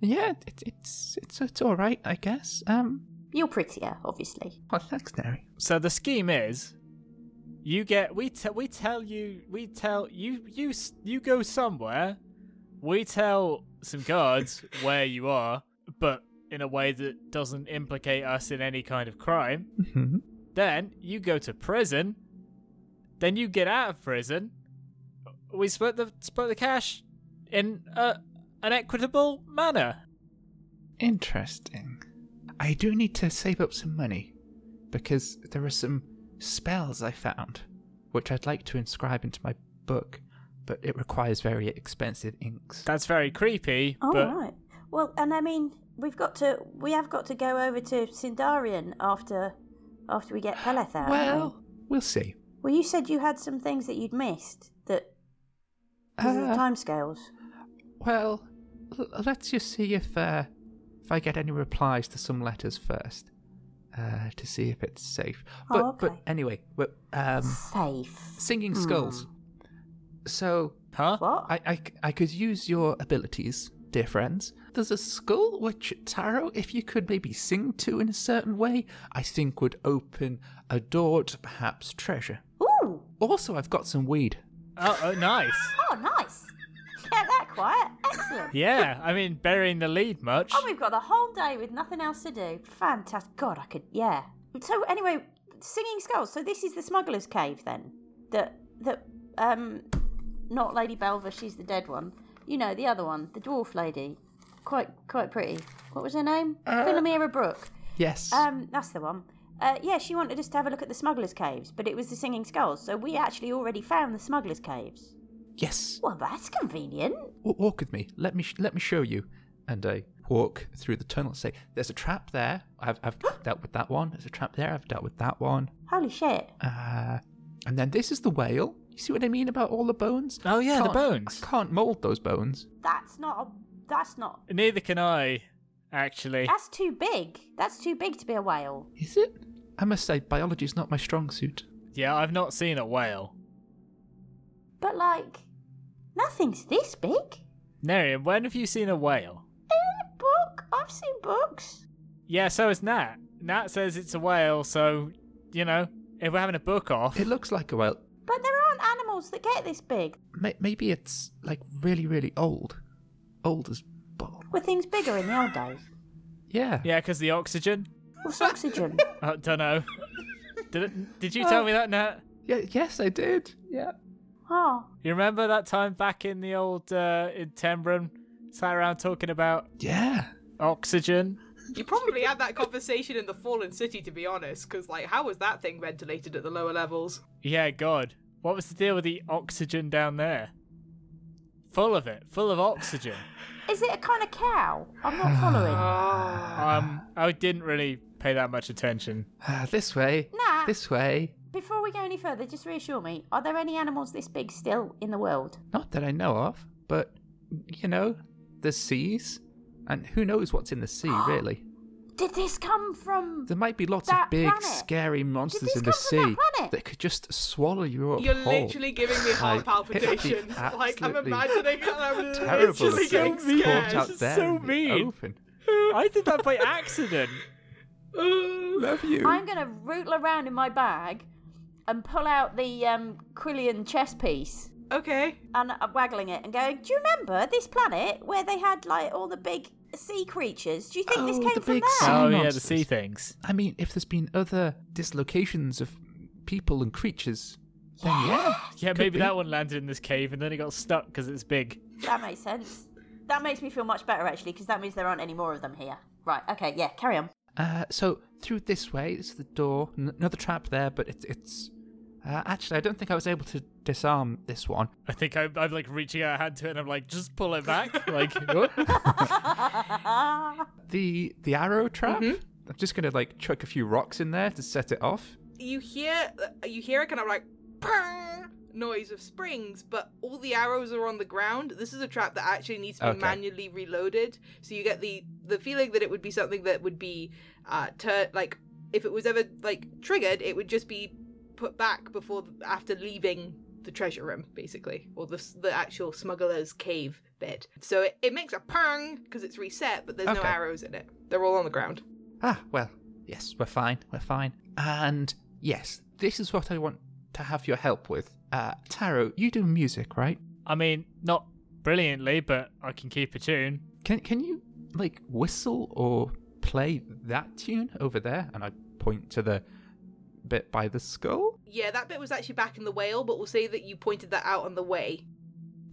[SPEAKER 1] Yeah, it, it's it's it's all right, I guess. Um,
[SPEAKER 4] You're prettier, obviously.
[SPEAKER 1] oh, thanks, Neri.
[SPEAKER 5] So the scheme is, you get we te- we tell you we tell you you s- you go somewhere, we tell some guards where you are, but in a way that doesn't implicate us in any kind of crime.
[SPEAKER 1] Mhm.
[SPEAKER 5] Then you go to prison. Then you get out of prison. We split the split the cash in a, an equitable manner.
[SPEAKER 1] Interesting. I do need to save up some money because there are some spells I found which I'd like to inscribe into my book, but it requires very expensive inks.
[SPEAKER 5] That's very creepy.
[SPEAKER 4] All right.
[SPEAKER 5] but
[SPEAKER 4] Well, and I mean, we've got to, we have got to go over to Sindarian after, after we get Peleth out. haven't we?
[SPEAKER 1] Well, we'll see.
[SPEAKER 4] well, you said you had some things that you'd missed that because of the
[SPEAKER 1] Uh,
[SPEAKER 4] timescales.
[SPEAKER 1] Well, l- let's just see if uh, if I get any replies to some letters first, uh, to see if it's safe. But
[SPEAKER 4] Oh,
[SPEAKER 1] but
[SPEAKER 4] okay.
[SPEAKER 1] anyway, we um,
[SPEAKER 4] Safe.
[SPEAKER 1] singing
[SPEAKER 4] Hmm.
[SPEAKER 1] skulls. So
[SPEAKER 5] huh?
[SPEAKER 4] What?
[SPEAKER 1] I, I c- I could use your abilities, dear friends. There's a skull which Taro, if you could maybe sing to in a certain way, I think would open a door to perhaps treasure.
[SPEAKER 4] Ooh!
[SPEAKER 1] Also, I've got some weed.
[SPEAKER 5] Oh, oh, nice.
[SPEAKER 4] Oh, nice. Get that quiet. Excellent.
[SPEAKER 5] Yeah, I mean burying the lead much.
[SPEAKER 4] Oh, we've got the whole day with nothing else to do. Fantastic. God, I could. Yeah. So anyway, singing skulls. So this is the smuggler's cave then. That that um, not Lady Belva. She's the dead one. You know the other one, the dwarf lady. Quite quite pretty. What was her name? Philomera Brooke.
[SPEAKER 1] Yes.
[SPEAKER 4] Um, that's the one. Uh, yeah, she wanted us to have a look at the smugglers' caves, but it was the singing skulls. So we actually already found the smugglers' caves.
[SPEAKER 1] yes.
[SPEAKER 4] Well, that's convenient.
[SPEAKER 1] W- walk with me. Let me sh- let me show you. And I walk through the tunnel. Say, there's a trap there. I've I've dealt with that one. There's a trap there. I've dealt with that one.
[SPEAKER 4] Holy shit.
[SPEAKER 1] Uh, and then this is the whale. You see what I mean about all the bones?
[SPEAKER 5] Oh, yeah, the
[SPEAKER 1] Can't-
[SPEAKER 5] bones.
[SPEAKER 1] I can't mold those bones.
[SPEAKER 4] That's not a. That's not.
[SPEAKER 5] Neither can I, actually.
[SPEAKER 4] That's too big. That's too big to be a whale.
[SPEAKER 1] Is it? I must say, biology's not my strong suit.
[SPEAKER 5] Yeah, I've not seen a whale.
[SPEAKER 4] But like, nothing's this big. In
[SPEAKER 5] Nerian, when have you seen a whale?
[SPEAKER 4] a book, I've seen books.
[SPEAKER 5] Yeah, so is Nat. Nat says it's a whale, so you know if we're having a book off.
[SPEAKER 1] It looks like a whale.
[SPEAKER 4] But there aren't animals that get this big.
[SPEAKER 1] May- Maybe it's like really, really old. Old as ball.
[SPEAKER 4] Were things bigger in the old days?
[SPEAKER 1] Yeah.
[SPEAKER 5] Yeah, because the oxygen.
[SPEAKER 4] What's oxygen?
[SPEAKER 5] I don't know. did it, did you tell me that, Nat?
[SPEAKER 1] yeah. Yes, I did. Yeah.
[SPEAKER 4] Oh,
[SPEAKER 5] You remember that time back in the old uh, in Tembrum, sat around talking about
[SPEAKER 1] Yeah.
[SPEAKER 5] oxygen?
[SPEAKER 3] You probably had that conversation in the Fallen City, to be honest, because, like, how was that thing ventilated at the lower levels?
[SPEAKER 5] Yeah, God, what was the deal with the oxygen down there? Full of it, full of oxygen.
[SPEAKER 4] is it a kind of cow? I'm not following.
[SPEAKER 5] um, I didn't really pay that much attention.
[SPEAKER 1] Ah, this way.
[SPEAKER 4] Nah.
[SPEAKER 1] This way.
[SPEAKER 4] Before we go any further, just reassure me: are there any animals this big still in the world?
[SPEAKER 1] Not that I know of, but you know, the seas, and who knows what's in the sea really.
[SPEAKER 4] Did this come from?
[SPEAKER 1] There might be lots
[SPEAKER 4] That
[SPEAKER 1] of big,
[SPEAKER 4] planet.
[SPEAKER 1] scary monsters
[SPEAKER 4] this
[SPEAKER 1] in the
[SPEAKER 4] come from that
[SPEAKER 1] sea
[SPEAKER 4] planet?
[SPEAKER 1] could just swallow you up.
[SPEAKER 3] You're
[SPEAKER 1] whole.
[SPEAKER 3] literally giving me heart
[SPEAKER 1] Oh. Like, it'd be
[SPEAKER 3] palpitations. Like, I'm
[SPEAKER 1] absolutely
[SPEAKER 3] imagining it and I'm
[SPEAKER 1] terrible
[SPEAKER 3] literally
[SPEAKER 1] if they
[SPEAKER 3] getting
[SPEAKER 5] things
[SPEAKER 1] caught
[SPEAKER 3] scared.
[SPEAKER 1] out
[SPEAKER 5] This is
[SPEAKER 1] there
[SPEAKER 5] so
[SPEAKER 1] in the
[SPEAKER 5] mean.
[SPEAKER 1] Open.
[SPEAKER 5] I did that by accident.
[SPEAKER 1] Love you.
[SPEAKER 4] I'm gonna rootle around in my bag and pull out the um, Quillian chess piece.
[SPEAKER 3] Okay.
[SPEAKER 4] and uh, waggling it and going, "Do you remember this planet where they had like all the big sea creatures? Do you think this
[SPEAKER 1] Oh,
[SPEAKER 4] came
[SPEAKER 1] the
[SPEAKER 4] from
[SPEAKER 1] big
[SPEAKER 4] there?"
[SPEAKER 1] Sea
[SPEAKER 5] oh yeah, the
[SPEAKER 1] monsters.
[SPEAKER 5] sea things.
[SPEAKER 1] I mean, if there's been other dislocations of people and creatures, then yeah.
[SPEAKER 5] Oh, Yeah,
[SPEAKER 1] could
[SPEAKER 5] maybe
[SPEAKER 1] be.
[SPEAKER 5] that one landed in this cave and then it got stuck because it's big.
[SPEAKER 4] That makes sense. That makes me feel much better actually, because that means there aren't any more of them here. Right? Okay. Yeah. Carry on.
[SPEAKER 1] Uh, so through this way, it's the door. N- another trap there, but it's it's. Uh, actually, I don't think I was able to disarm this one.
[SPEAKER 5] I think I'm, I'm like reaching out a hand to it and I'm like, just pull it back. like, oh.
[SPEAKER 1] The the arrow trap.
[SPEAKER 5] Mm-hmm.
[SPEAKER 1] I'm just gonna like chuck a few rocks in there to set it off.
[SPEAKER 3] You hear, uh, you hear a kind of like "Prrrr" noise of springs, but all the arrows are on the ground. This is a trap that actually needs to be
[SPEAKER 1] Okay.
[SPEAKER 3] manually reloaded. So you get the the feeling that it would be something that would be, uh, tur like if it was ever like triggered, it would just be put back before after leaving the treasure room basically or the, s- the actual smuggler's cave bit so it, it makes a pang because it's reset but there's no
[SPEAKER 1] Okay.
[SPEAKER 3] arrows in it they're all on the ground
[SPEAKER 1] Ah, well, yes, we're fine, we're fine. And yes, this is what I want to have your help with. Uh, Taro, you do music, right?
[SPEAKER 5] I mean, not brilliantly, but I can keep a tune.
[SPEAKER 1] Can can you like whistle or play that tune over there? And I point to the bit by the skull.
[SPEAKER 3] Yeah, that bit was actually back in the whale, but we'll say that you pointed that out on the way.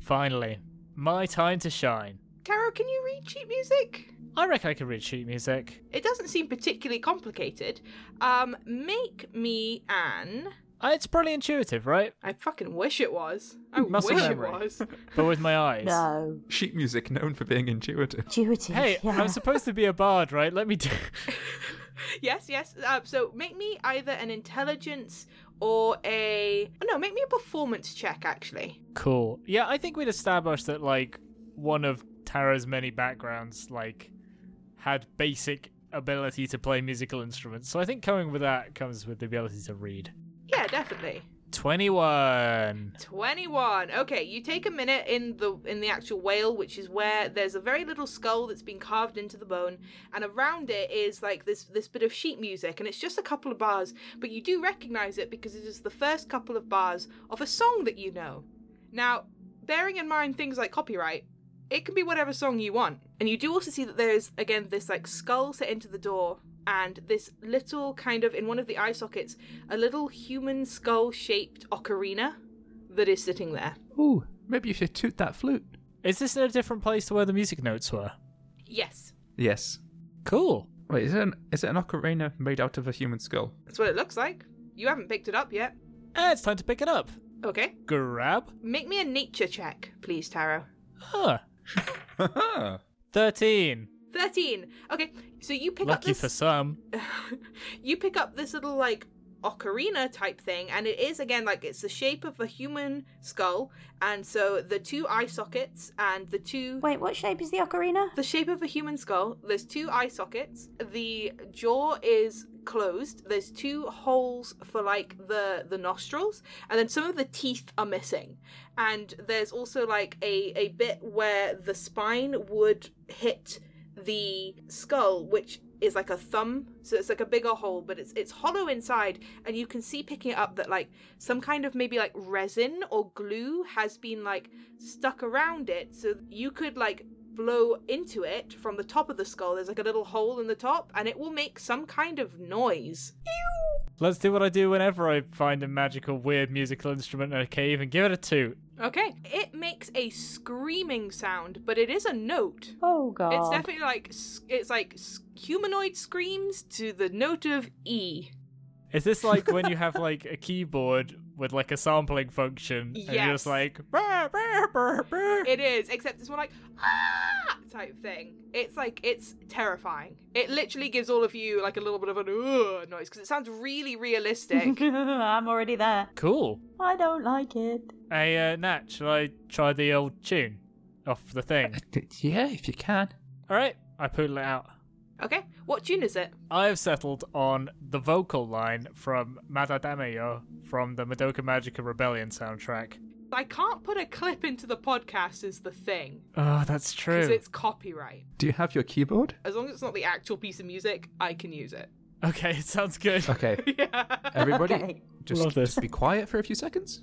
[SPEAKER 5] Finally, my time to shine.
[SPEAKER 3] Taro, can you read sheet music?
[SPEAKER 5] I reckon I could read sheet music.
[SPEAKER 3] It doesn't seem particularly complicated. Um, make me an.
[SPEAKER 5] Uh, It's probably intuitive, right?
[SPEAKER 3] I fucking wish it was. I
[SPEAKER 5] Muscle
[SPEAKER 3] wish
[SPEAKER 5] memory.
[SPEAKER 3] it was.
[SPEAKER 5] But with my eyes.
[SPEAKER 4] No.
[SPEAKER 2] Sheet music known for being intuitive.
[SPEAKER 4] Intuitive.
[SPEAKER 5] Hey,
[SPEAKER 4] yeah.
[SPEAKER 5] I'm supposed to be a bard, right? Let me do.
[SPEAKER 3] yes, yes. Uh, so make me either an intelligence or a. oh, No, make me a performance check, actually.
[SPEAKER 5] Cool. Yeah, I think we'd established that like one of Tara's many backgrounds like had basic ability to play musical instruments. So I think coming with that comes with the ability to read.
[SPEAKER 3] Yeah, definitely.
[SPEAKER 5] 21.
[SPEAKER 3] 21 okay you take a minute in the in the actual whale which is where there's a very little skull that's been carved into the bone and around it is like this this bit of sheet music and it's just a couple of bars but you do recognize it because it is the first couple of bars of a song that you know now bearing in mind things like copyright it can be whatever song you want and you do also see that there's again this like skull set into the door and this little kind of in one of the eye sockets a little human skull shaped ocarina that is sitting there.
[SPEAKER 1] Ooh, maybe you should toot that flute.
[SPEAKER 5] Is this in a different place to where the music notes were?
[SPEAKER 3] Yes,
[SPEAKER 2] Yes.
[SPEAKER 5] Cool.
[SPEAKER 2] Wait, is it an, is it an ocarina made out of a human skull?
[SPEAKER 3] that's what it looks like. You haven't picked it up yet.
[SPEAKER 5] And Ah, it's time to pick it up.
[SPEAKER 3] Okay.
[SPEAKER 5] Grab.
[SPEAKER 3] Make me a nature check, please, Taro.
[SPEAKER 5] Huh.
[SPEAKER 2] Haha.
[SPEAKER 5] 13.
[SPEAKER 3] 13. Okay, so you pick up
[SPEAKER 5] Lucky
[SPEAKER 3] this
[SPEAKER 5] for some.
[SPEAKER 3] you pick up this little like ocarina type thing and it is again like it's the shape of a human skull and so the two eye sockets and the two
[SPEAKER 4] Wait, what shape is the ocarina?
[SPEAKER 3] the shape of a human skull. There's two eye sockets. The jaw is closed. There's two holes for like the the nostrils, and then some of the teeth are missing. And there's also like a a bit where the spine would hit the skull, which is like a thumb so it's like a bigger hole but it's it's hollow inside and you can see picking it up that like some kind of maybe like resin or glue has been like stuck around it so you could like blow into it from the top of the skull there's like a little hole in the top and it will make some kind of noise
[SPEAKER 5] Let's do what I do whenever I find a magical, weird musical instrument in a cave and give it a toot.
[SPEAKER 3] okay it makes a screaming sound but it is a note
[SPEAKER 4] Oh god.
[SPEAKER 3] it's definitely like s- it's like s- humanoid screams to the note of e
[SPEAKER 5] Is this like when you have like a keyboard with like a sampling function and you're
[SPEAKER 3] Yes.
[SPEAKER 5] just like "Bah, bah, bah, bah."
[SPEAKER 3] It is, except it's more like ah type thing. It's like it's terrifying. It literally gives all of you like a little bit of an ugh noise because it sounds really realistic.
[SPEAKER 4] I'm already there.
[SPEAKER 5] cool.
[SPEAKER 4] I don't like it.
[SPEAKER 5] Hey uh, Nat, shall I try the old tune off the thing?
[SPEAKER 1] Yeah, if you can.
[SPEAKER 5] All right, I poodle it out.
[SPEAKER 3] okay, what tune is it?
[SPEAKER 5] I have settled on the vocal line from Madadameyo from the Madoka Magica Rebellion soundtrack.
[SPEAKER 3] I can't put a clip into the podcast is the thing
[SPEAKER 5] Oh, that's true.
[SPEAKER 3] because it's copyright.
[SPEAKER 2] Do you have your keyboard?
[SPEAKER 3] As long as it's not the actual piece of music, I can use it.
[SPEAKER 5] Okay, it sounds good.
[SPEAKER 1] Okay,
[SPEAKER 3] yeah.
[SPEAKER 1] everybody,
[SPEAKER 4] Okay.
[SPEAKER 1] just,
[SPEAKER 5] Love this.
[SPEAKER 1] just be quiet for a few seconds.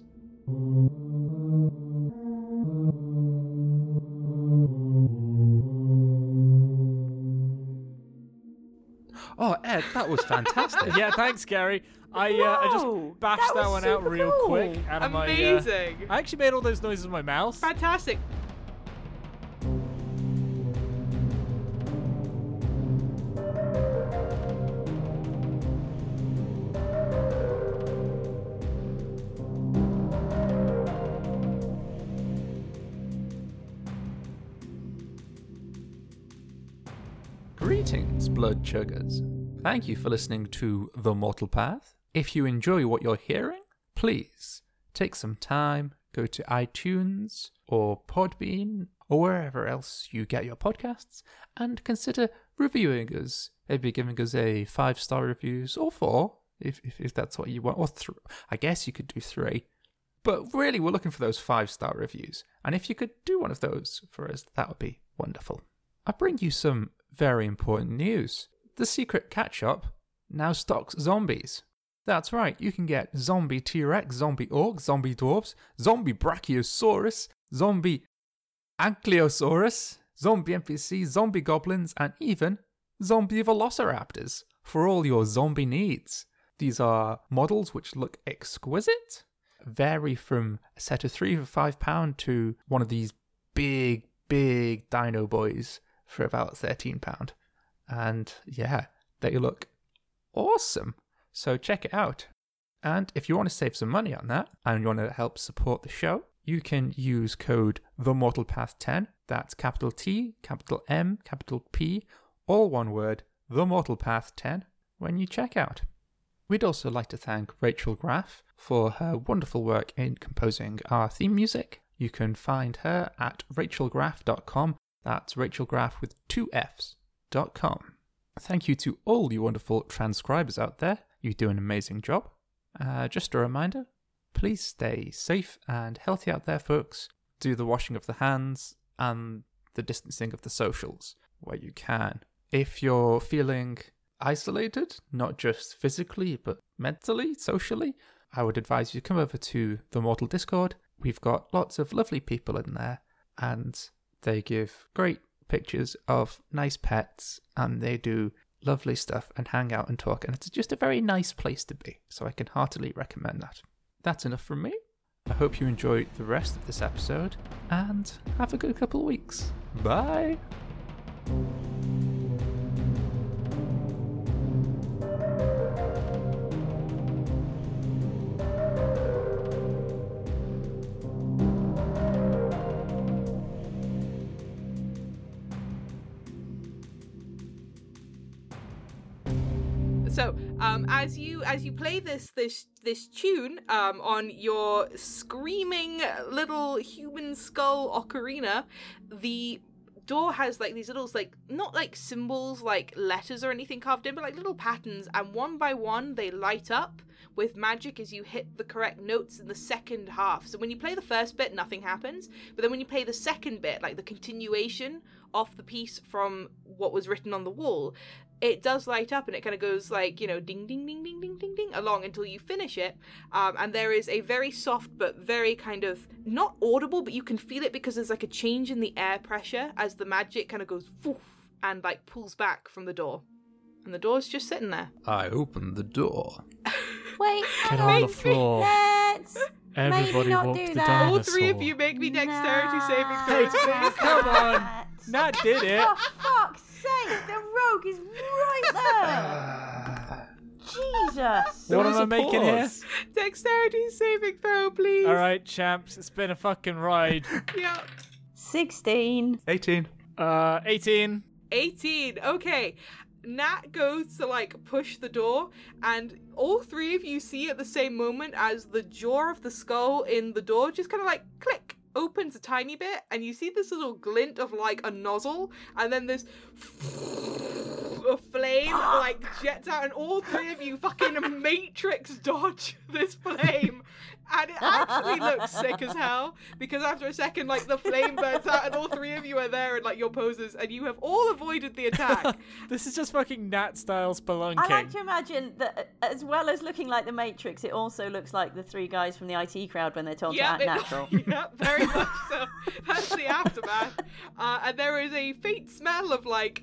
[SPEAKER 2] Oh, Ed, that was fantastic.
[SPEAKER 5] yeah, thanks, Gary. I uh, I
[SPEAKER 4] Whoa,
[SPEAKER 5] just bashed
[SPEAKER 4] that
[SPEAKER 5] that,
[SPEAKER 4] was
[SPEAKER 5] one out
[SPEAKER 4] super
[SPEAKER 5] real
[SPEAKER 4] cool.
[SPEAKER 5] quick out of my. Uh,
[SPEAKER 3] Amazing.
[SPEAKER 5] I actually made all those noises with my mouth.
[SPEAKER 3] Fantastic.
[SPEAKER 1] Greetings, blood chuggers. Thank you for listening to The Mortal Path. If you enjoy what you're hearing, please take some time, go to iTunes or Podbean or wherever else you get your podcasts and consider reviewing us. Maybe giving us a five star reviews or four, if, if, if that's what you want, or three. I guess you could do three. But really, we're looking for those five star reviews. And if you could do one of those for us, that would be wonderful. I bring you some very important news. The Secret Cat Shop now stocks zombies. That's right, you can get zombie T Rex, zombie orc, zombie dwarves, zombie Brachiosaurus, zombie Ankylosaurus, zombie NPC, zombie goblins, and even zombie velociraptors for all your zombie needs. These are models which look exquisite, vary from a set of three for five pound to one of these big, big dino boys for about thirteen pound, and yeah, they look awesome. So check it out. And if you want to save some money on that and you want to help support the show, you can use code TheMortalPath10. That's capital T, capital M, capital P, all one word, TheMortalPath10 when you check out. We'd also like to thank Rachel Graff for her wonderful work in composing our theme music. You can find her at rachelgraff.com. That's Rachel Graff with two F's. Dot com. Thank you to all you wonderful transcribers out there. You do an amazing job. Uh, just a reminder please stay safe and healthy out there, folks. Do the washing of the hands and the distancing of the socials where you can. If you're feeling isolated, not just physically, but mentally, socially, I would advise you come over to the Mortal Discord. We've got lots of lovely people in there, and they give great pictures of nice pets, and they do lovely stuff and hang out and talk. And it's just a very nice place to be, so I can heartily recommend that. That's enough from me. I hope you enjoy the rest of this episode, and have a good couple of weeks. Bye.
[SPEAKER 3] So, um, as you as you play this this this tune um, on your screaming little human skull ocarina, the door has like these little like not like symbols like letters or anything carved in, but like little patterns, and one by one they light up with magic as you hit the correct notes in the second half. So when you play the first bit, nothing happens, but then when you play the second bit, like the continuation of the piece from what was written on the wall, it does light up and it kind of goes like you know ding ding ding ding ding ding ding along until you finish it um, and there is a very soft but very kind of not audible but you can feel it because there's like a change in the air pressure as the magic kind of goes woof and like pulls back from the door and the door's just sitting there
[SPEAKER 1] I opened the door.
[SPEAKER 4] Wait,
[SPEAKER 2] Get
[SPEAKER 4] hang
[SPEAKER 2] on
[SPEAKER 4] on.
[SPEAKER 2] the floor.
[SPEAKER 4] Let's.
[SPEAKER 2] Everybody
[SPEAKER 4] not
[SPEAKER 2] walk
[SPEAKER 4] do
[SPEAKER 2] the
[SPEAKER 4] that.
[SPEAKER 2] dinosaur.
[SPEAKER 4] All
[SPEAKER 3] all three of you make me dexterity saving
[SPEAKER 4] Nah.
[SPEAKER 3] throws please.
[SPEAKER 5] come on. Nat did it.
[SPEAKER 4] For fuck's sake, the rogue is right there. Jesus.
[SPEAKER 5] What am I making here?
[SPEAKER 3] dexterity saving throw please
[SPEAKER 5] All right, champs, it's been a fucking ride.
[SPEAKER 3] yeah
[SPEAKER 4] 16.
[SPEAKER 1] 18.
[SPEAKER 5] Uh, 18.
[SPEAKER 3] 18. Okay. Nat goes to like push the door, and all three of you see at the same moment as the jaw of the skull in the door just kind of like click opens a tiny bit, and you see this little glint of like a nozzle, and then this a flame like jets out, and all three of you fucking matrix dodge this flame, and it actually looks sick as hell because after a second, like the flame burns out, and all three of you are there in like your poses, and you have all avoided the attack.
[SPEAKER 5] This is just fucking Nat style
[SPEAKER 4] I
[SPEAKER 5] spelunking.
[SPEAKER 4] like to imagine that, uh, as well as looking like the Matrix, it also looks like the three guys from the IT crowd when they're told
[SPEAKER 3] Yep,
[SPEAKER 4] to
[SPEAKER 3] it-
[SPEAKER 4] act natural.
[SPEAKER 3] yep, very much so. That's the aftermath. Uh, and there is a faint smell of like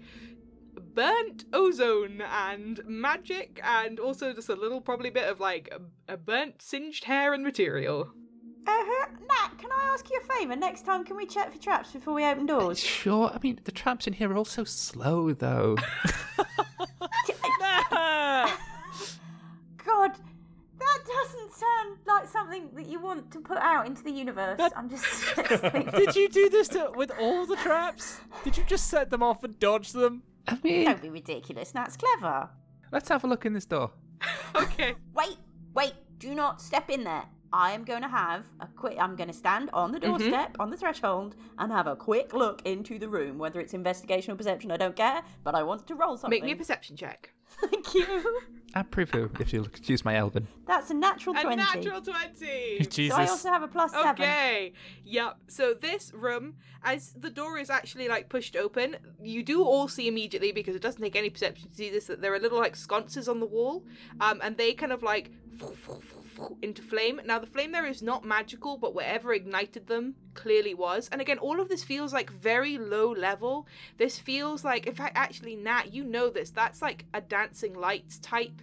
[SPEAKER 3] burnt ozone and magic, and also just a little probably bit of like a, a burnt singed hair and material.
[SPEAKER 4] Uh-huh. Nat, can I ask you a favour? Next time, can we check for traps before we open doors?
[SPEAKER 1] Sure, I mean, the traps in here are all so slow, though.
[SPEAKER 4] God, that doesn't sound like something that you want to put out into the universe. I'm just.
[SPEAKER 5] Did you do this to, with all the traps? Did you just set them off and dodge them?
[SPEAKER 1] I mean,
[SPEAKER 4] Don't be ridiculous. Nat's clever.
[SPEAKER 1] let's have a look in this door.
[SPEAKER 3] Okay.
[SPEAKER 4] Wait, wait, do not step in there. I am going to have a quick. I'm going to stand on the
[SPEAKER 3] Mm-hmm.
[SPEAKER 4] doorstep, on the threshold, and have a quick look into the room. Whether it's investigation or perception, I don't care, but I want to roll something.
[SPEAKER 3] Make me a perception check.
[SPEAKER 4] Thank you.
[SPEAKER 1] Approve, if you'll excuse my elven.
[SPEAKER 4] That's a natural
[SPEAKER 3] A
[SPEAKER 4] 20.
[SPEAKER 3] natural 20.
[SPEAKER 4] So I also have a plus 7.
[SPEAKER 3] Okay. Yep. So this room, as the door is actually like pushed open, you do all see immediately because it doesn't take any perception to see this that there are little like sconces on the wall, um, and they kind of like into flame. Now the flame there is not magical, but whatever ignited them clearly was. And again, all of this feels like very low level. This feels like, in fact, actually, Nat, you know this. That's like a dancing lights type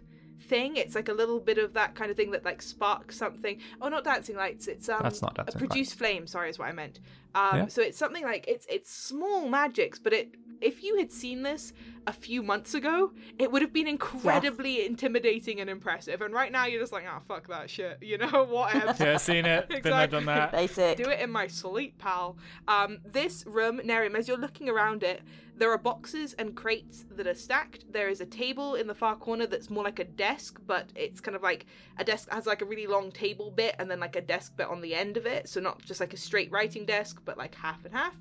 [SPEAKER 3] thing. It's like a little bit of that kind of thing that like sparks something. Oh, not dancing lights. It's um,
[SPEAKER 1] That's not
[SPEAKER 3] a
[SPEAKER 1] dancing
[SPEAKER 3] produce flame. Sorry, is what I meant. Um,
[SPEAKER 1] Yeah.
[SPEAKER 3] So it's something like it's it's small magics, but it if you had seen this a few months ago, it would have been incredibly intimidating and impressive. And right now, you're just like, oh, fuck that shit. You know whatever.
[SPEAKER 5] Yeah, seen it. Been there,
[SPEAKER 3] Exactly.
[SPEAKER 5] done that.
[SPEAKER 4] Basic.
[SPEAKER 3] Do it in my sleep, pal. Um, this room, Nerim, as you're looking around it, there are boxes and crates that are stacked. There is a table in the far corner that's more like a desk, but it's kind of like a desk that has like a really long table bit and then like a desk bit on the end of it. So not just like a straight writing desk, but like half and half.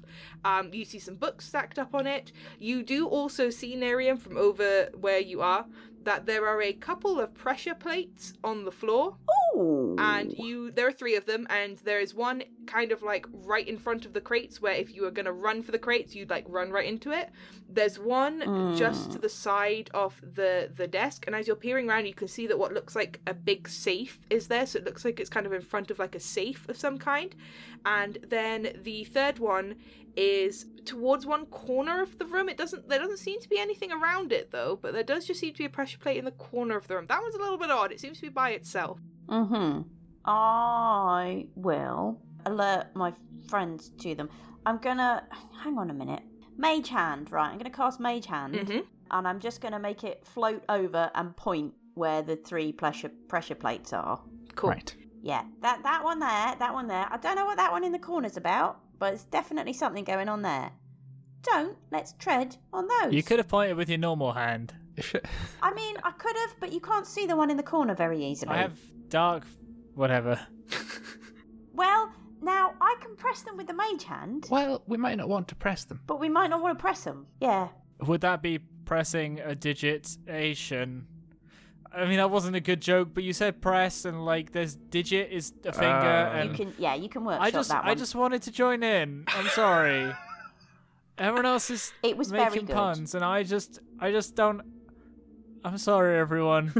[SPEAKER 3] Um, you see some books stacked up on it. You do also see, Nerim, from over where you are, that there are a couple of pressure plates on the floor
[SPEAKER 4] Ooh.
[SPEAKER 3] and you there are three of them and there is one kind of like right in front of the crates where if you were going to run for the crates you'd like run right into it there's one just to the side of the the desk and as you're peering around you can see that what looks like a big safe is there so it looks like it's kind of in front of like a safe of some kind and then the third one is towards one corner of the room it doesn't there doesn't seem to be anything around it though but there does just seem to be a pressure plate in the corner of the room that one's a little bit odd it seems to be by itself
[SPEAKER 4] Mm-hmm. I will alert my friends to them. I'm gonna hang on a minute. Mage hand, right? I'm gonna cast mage hand,
[SPEAKER 3] Mhm.
[SPEAKER 4] and I'm just gonna make it float over and point where the three pressure pressure plates are.
[SPEAKER 3] cool
[SPEAKER 1] Right.
[SPEAKER 4] Yeah, that that one there, that one there. I don't know what that one in the corner's about, but it's definitely something going on there. Don't let's tread on those.
[SPEAKER 5] You could have pointed with your normal hand.
[SPEAKER 1] If it-
[SPEAKER 4] I mean, I could have, but you can't see the one in the corner very easily.
[SPEAKER 5] I have dark, whatever.
[SPEAKER 4] Well, now I can press them with the mage hand.
[SPEAKER 1] well, we might not want to press them.
[SPEAKER 4] But we might not want to press them. Yeah.
[SPEAKER 5] Would that be pressing a digitation? I mean, that wasn't a good joke, but you said press, and like, there's digit is a finger,
[SPEAKER 1] Ah.
[SPEAKER 5] and
[SPEAKER 4] You can. Yeah, you can workshop
[SPEAKER 5] Um, I just,
[SPEAKER 4] that one.
[SPEAKER 5] I just wanted to join in. I'm sorry. Everyone else is
[SPEAKER 4] It was very
[SPEAKER 5] making
[SPEAKER 4] good.
[SPEAKER 5] puns, and I just, I just don't. I'm sorry, everyone.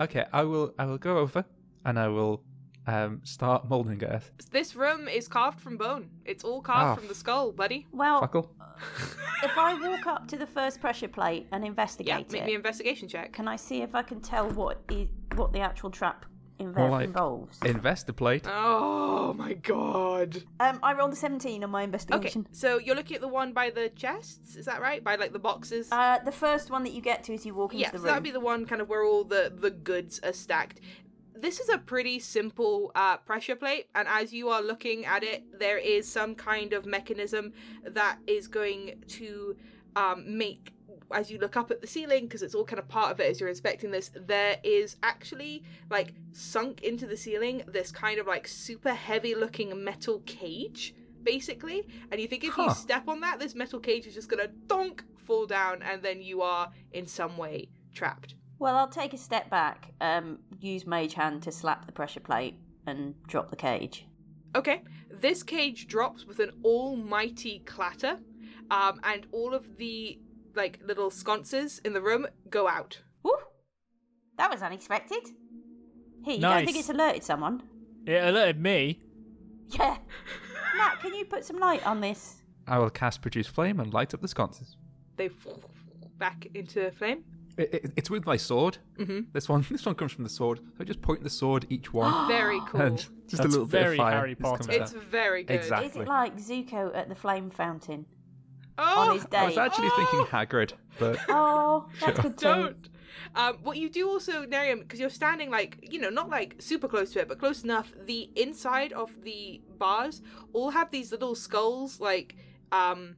[SPEAKER 1] Okay, I will. I will go over, and I will um, start molding earth.
[SPEAKER 3] This room is carved from bone. It's all carved
[SPEAKER 1] Ah.
[SPEAKER 3] from the skull, buddy.
[SPEAKER 4] Well,
[SPEAKER 1] Fuckle.
[SPEAKER 4] if I walk up to the first pressure plate and
[SPEAKER 3] Yeah,
[SPEAKER 4] investigate
[SPEAKER 3] make
[SPEAKER 4] it,
[SPEAKER 3] me an investigation check.
[SPEAKER 4] can I see if I can tell what i- what the actual trap inv-
[SPEAKER 1] More like-
[SPEAKER 4] involves?
[SPEAKER 1] Invest the plate.
[SPEAKER 3] Oh my god.
[SPEAKER 4] Um, I rolled a seventeen on my
[SPEAKER 3] Okay,
[SPEAKER 4] investigation.
[SPEAKER 3] so you're looking at the one by the chests, is that right? By like the boxes?
[SPEAKER 4] Uh, the first one that you get to as you walk into
[SPEAKER 3] yeah,
[SPEAKER 4] the
[SPEAKER 3] so
[SPEAKER 4] room.
[SPEAKER 3] that would be the one kind of where all the the goods are stacked. This is a pretty simple uh, pressure plate, and as you are looking at it, there is some kind of mechanism that is going to um, make. As you look up at the ceiling, because it's all kind of part of it as you're inspecting this, there is actually like sunk into the ceiling this kind of like super heavy looking metal cage, basically. And you think if
[SPEAKER 1] Huh.
[SPEAKER 3] you step on that, this metal cage is just gonna donk, fall down, and then you are in some way trapped.
[SPEAKER 4] Well, I'll take a step back. Um, use mage hand to slap the pressure plate and drop the cage.
[SPEAKER 3] Okay, this cage drops with an almighty clatter, um, and all of the like little sconces in the room go out.
[SPEAKER 4] Woo! That was unexpected. Here, you don't
[SPEAKER 5] Nice.
[SPEAKER 4] think it's alerted someone?
[SPEAKER 5] it alerted me.
[SPEAKER 4] Yeah. Nat, can you put some light on this?
[SPEAKER 1] I will cast produce flame and light up the sconces.
[SPEAKER 3] They back into flame.
[SPEAKER 1] It, it, it's with my sword.
[SPEAKER 3] hmm
[SPEAKER 1] This one. This one comes from the sword. So I just point the sword each one,
[SPEAKER 3] Very cool.
[SPEAKER 1] and just a
[SPEAKER 5] That's
[SPEAKER 1] little bit
[SPEAKER 5] very
[SPEAKER 1] of fire.
[SPEAKER 5] Harry
[SPEAKER 1] just comes
[SPEAKER 5] Potter.
[SPEAKER 1] out.
[SPEAKER 3] It's very good.
[SPEAKER 1] Exact-
[SPEAKER 4] Is it
[SPEAKER 1] Exactly.
[SPEAKER 4] like Zuko at the flame fountain?
[SPEAKER 3] Oh,
[SPEAKER 4] on his
[SPEAKER 1] I was
[SPEAKER 4] day?
[SPEAKER 1] actually
[SPEAKER 3] Oh!
[SPEAKER 1] thinking Hagrid, but
[SPEAKER 4] Oh, that's good too.
[SPEAKER 3] don't. Um, what you do also, Nerium, because you're standing like you know, not like super close to it, but close enough. The inside of the bars all have these little skulls like um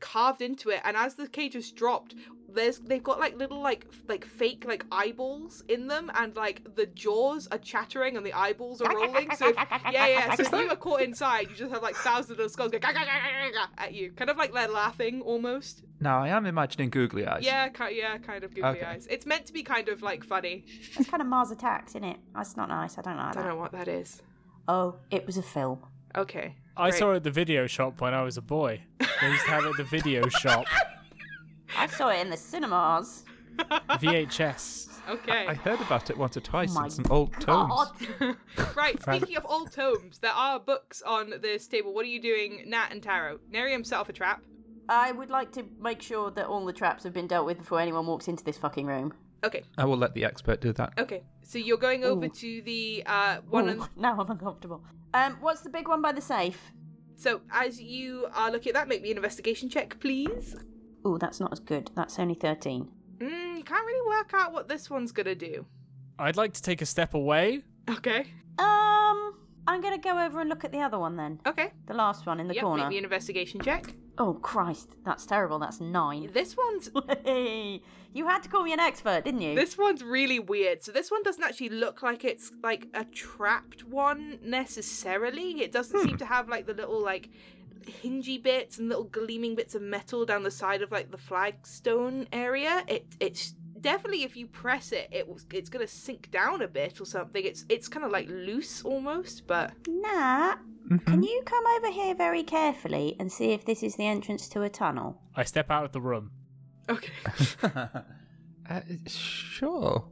[SPEAKER 3] carved into it, and as the cage is dropped, there's they've got like little like f- like fake like eyeballs in them, and like the jaws are chattering and the eyeballs are rolling. So if, yeah, yeah. So if you are caught inside, you just have like thousands of little skulls go at you, kind of like they're laughing almost.
[SPEAKER 1] now I am imagining googly eyes.
[SPEAKER 3] Yeah, ki- yeah, kind of googly
[SPEAKER 1] Okay.
[SPEAKER 3] eyes. It's meant to be kind of like funny.
[SPEAKER 4] That's kind of Mars attacks, isn't it? That's not nice. I don't like
[SPEAKER 3] I
[SPEAKER 4] that.
[SPEAKER 3] don't know what that is.
[SPEAKER 4] Oh, it was a film.
[SPEAKER 3] Okay.
[SPEAKER 5] I
[SPEAKER 3] great.
[SPEAKER 5] saw it at the video shop when I was a boy. They used to have it at the video shop,
[SPEAKER 4] I saw it in the cinemas.
[SPEAKER 5] VHS.
[SPEAKER 3] Okay.
[SPEAKER 1] I heard about it once or twice
[SPEAKER 4] Oh My
[SPEAKER 1] in some old tomes.
[SPEAKER 4] God.
[SPEAKER 3] right. Speaking of old tomes, there are books on this table. What are you doing, Nat and Taro? Nerium set off a trap.
[SPEAKER 4] I would like to make sure that all the traps have been dealt with before anyone walks into this fucking room.
[SPEAKER 3] Okay,
[SPEAKER 1] I will let the expert do that.
[SPEAKER 3] okay. So you're going over
[SPEAKER 4] Ooh.
[SPEAKER 3] to the uh, one.
[SPEAKER 4] Ooh,
[SPEAKER 3] On,
[SPEAKER 4] now I'm uncomfortable. Um, what's the big one by the safe?
[SPEAKER 3] so as you are looking at that, make me an investigation check, please.
[SPEAKER 4] Ooh, that's not as good. That's only 13.
[SPEAKER 3] Mm, you can't really work out what this one's gonna do.
[SPEAKER 5] I'd like to take a step away.
[SPEAKER 3] Okay.
[SPEAKER 4] Um, I'm going to go over and look at the other one then.
[SPEAKER 3] Okay.
[SPEAKER 4] The last one in the
[SPEAKER 3] yep,
[SPEAKER 4] corner.
[SPEAKER 3] make me an investigation check.
[SPEAKER 4] Oh, Christ. That's terrible. That's nine.
[SPEAKER 3] This one's
[SPEAKER 4] you had to call me an expert, didn't you?
[SPEAKER 3] this one's really weird. So this one doesn't actually look like it's like a trapped one necessarily. It doesn't seem to have like the little like hingy bits and little gleaming bits of metal down the side of like the flagstone area. It it's definitely if you press it, it was it's gonna sink down a bit or something. It's it's kind of like loose almost, but
[SPEAKER 4] Nat,
[SPEAKER 1] Mhm.
[SPEAKER 4] can you come over here very carefully and see if this is the entrance to a tunnel?
[SPEAKER 5] I step out of the room.
[SPEAKER 3] okay.
[SPEAKER 1] uh, sure.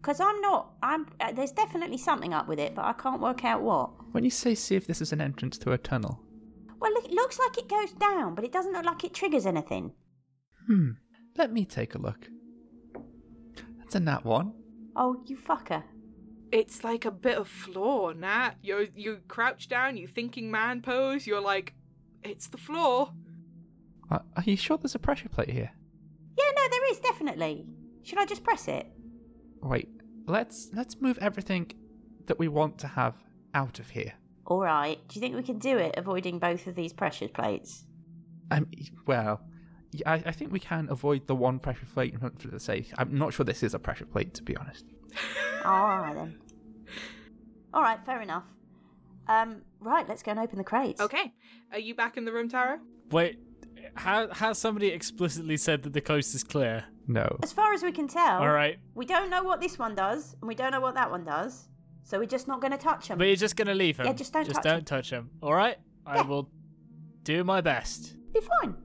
[SPEAKER 4] Because I'm not. I'm. Uh, there's definitely something up with it, but I can't work out what.
[SPEAKER 1] When you say see if this is an entrance to a tunnel,
[SPEAKER 4] Well, it looks like it goes down, but it doesn't look like it triggers anything.
[SPEAKER 1] hmm, let me take a look. That's a nat one.
[SPEAKER 4] Oh, you fucker.
[SPEAKER 3] It's like a bit of floor, Nat. You you crouch down, you thinking man pose. You're like, it's the floor.
[SPEAKER 1] Are, Uh, are you sure there's a pressure plate here?
[SPEAKER 4] Yeah, no, there is definitely. Should I just press it?
[SPEAKER 1] Wait, let's let's move everything that we want to have out of here.
[SPEAKER 4] All right. Do you think we can do it, avoiding both of these pressure plates?
[SPEAKER 1] Um, well, y- I, I think we can avoid the one pressure plate in front of the safe. I'm not sure this is a pressure plate, to be honest.
[SPEAKER 4] All right then. All right, fair enough. Um, right, let's go and open the crates.
[SPEAKER 3] Okay. Are you back in the room, Tara?
[SPEAKER 5] Wait, ha- has somebody explicitly said that the coast is clear?
[SPEAKER 1] No.
[SPEAKER 4] As far as we can tell,
[SPEAKER 5] All right.
[SPEAKER 4] we don't know what this one does, and we don't know what that one does, so we're just not going to touch them.
[SPEAKER 5] But you're just going to leave him.
[SPEAKER 4] Yeah, just don't touch him.
[SPEAKER 5] touch him. All right? I
[SPEAKER 4] Yeah.
[SPEAKER 5] will do my best.
[SPEAKER 4] Be fine.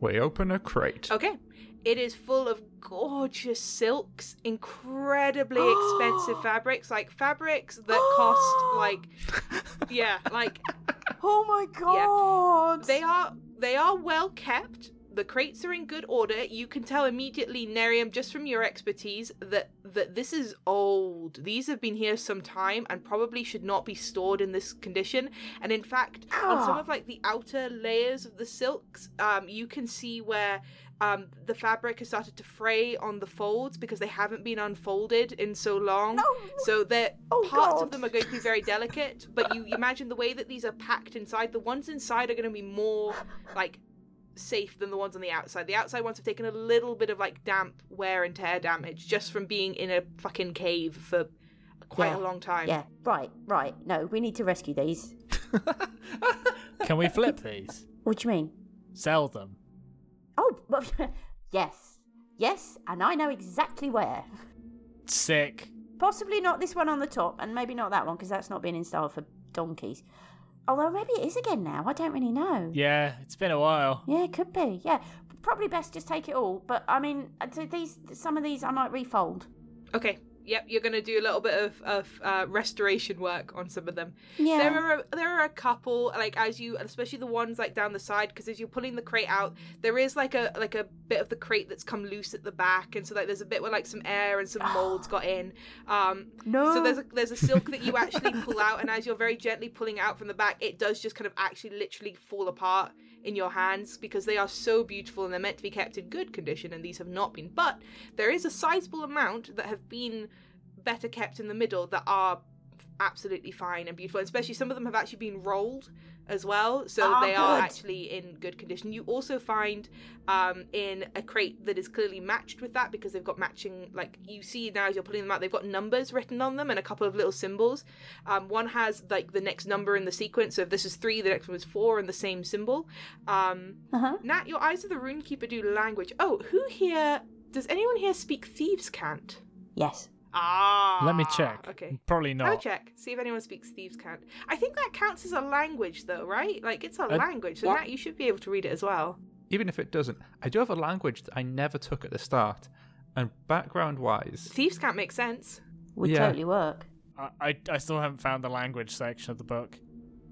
[SPEAKER 1] We open a crate.
[SPEAKER 3] Okay. It is full of gorgeous silks, incredibly expensive fabrics, like fabrics that cost like, yeah, like
[SPEAKER 4] Oh my god!
[SPEAKER 3] they are they are well kept. The crates are in good order. You can tell immediately, Nerium, just from your expertise, that that this is old. These have been here some time and probably should not be stored in this condition. And in fact, on some
[SPEAKER 4] Ah.
[SPEAKER 3] of like the outer layers of the silks, um, you can see where um, the fabric has started to fray on the folds because they haven't been unfolded in so long.
[SPEAKER 4] No.
[SPEAKER 3] So that
[SPEAKER 4] Oh,
[SPEAKER 3] parts of
[SPEAKER 4] God.
[SPEAKER 3] them are going to be very delicate, but you imagine the way that these are packed inside, the ones inside are going to be more like safe than the ones on the outside. The outside ones have taken a little bit of like damp wear and tear damage just from being in a fucking cave for quite
[SPEAKER 4] Yeah.
[SPEAKER 3] a long time.
[SPEAKER 4] Yeah, right, right. No, we need to rescue these.
[SPEAKER 5] Can we flip these?
[SPEAKER 4] What do you mean?
[SPEAKER 5] Sell them.
[SPEAKER 4] Oh, well, yes. Yes, and I know exactly where.
[SPEAKER 5] Sick.
[SPEAKER 4] Possibly not this one on the top, and maybe not that one, because that's not been in style for donkeys. Although maybe it is again now. I don't really know.
[SPEAKER 5] Yeah, it's been a while.
[SPEAKER 4] Yeah, it could be. Yeah, probably best just take it all. But I mean, uh, so these some of these I might refold.
[SPEAKER 3] Okay. Yep, you're going to do a little bit of, of uh, restoration work on some of them.
[SPEAKER 4] Yeah.
[SPEAKER 3] There are a, there are a couple like as you especially the ones like down the side because as you're pulling the crate out there is like a like a bit of the crate that's come loose at the back and so like there's a bit where like some air and some molds got in. Um
[SPEAKER 4] no.
[SPEAKER 3] so there's a, there's a silk that you actually pull out and as you're very gently pulling out from the back it does just kind of actually literally fall apart in your hands because they are so beautiful and they're meant to be kept in good condition and these have not been but there is a sizable amount that have been better kept in the middle that are absolutely fine and beautiful especially some of them have actually been rolled as well so
[SPEAKER 4] Ah,
[SPEAKER 3] they are
[SPEAKER 4] good.
[SPEAKER 3] actually in good condition you also find um, in a crate that is clearly matched with that because they've got matching like you see now as you're pulling them out they've got numbers written on them and a couple of little symbols um, one has like the next number in the sequence so if this is three the next one is four and the same symbol um,
[SPEAKER 4] uh-huh.
[SPEAKER 3] nat your eyes of the runekeeper do language oh who here does anyone here speak thieves cant
[SPEAKER 4] Yes.
[SPEAKER 3] ah
[SPEAKER 5] Let me check.
[SPEAKER 3] okay
[SPEAKER 5] Probably
[SPEAKER 3] I'll
[SPEAKER 5] not.
[SPEAKER 3] check. See if anyone speaks thieves cant. I think that counts as a language, though, right? Like it's a
[SPEAKER 5] Uh,
[SPEAKER 3] language, so
[SPEAKER 5] what?
[SPEAKER 3] Nat, you should be able to read it as well.
[SPEAKER 1] Even if it doesn't, I do have a language that I never took at the start. And background wise,
[SPEAKER 3] Thieves cant makes sense.
[SPEAKER 4] Would
[SPEAKER 1] Yeah.
[SPEAKER 4] totally work.
[SPEAKER 5] I, I, I still haven't found the language section of the book.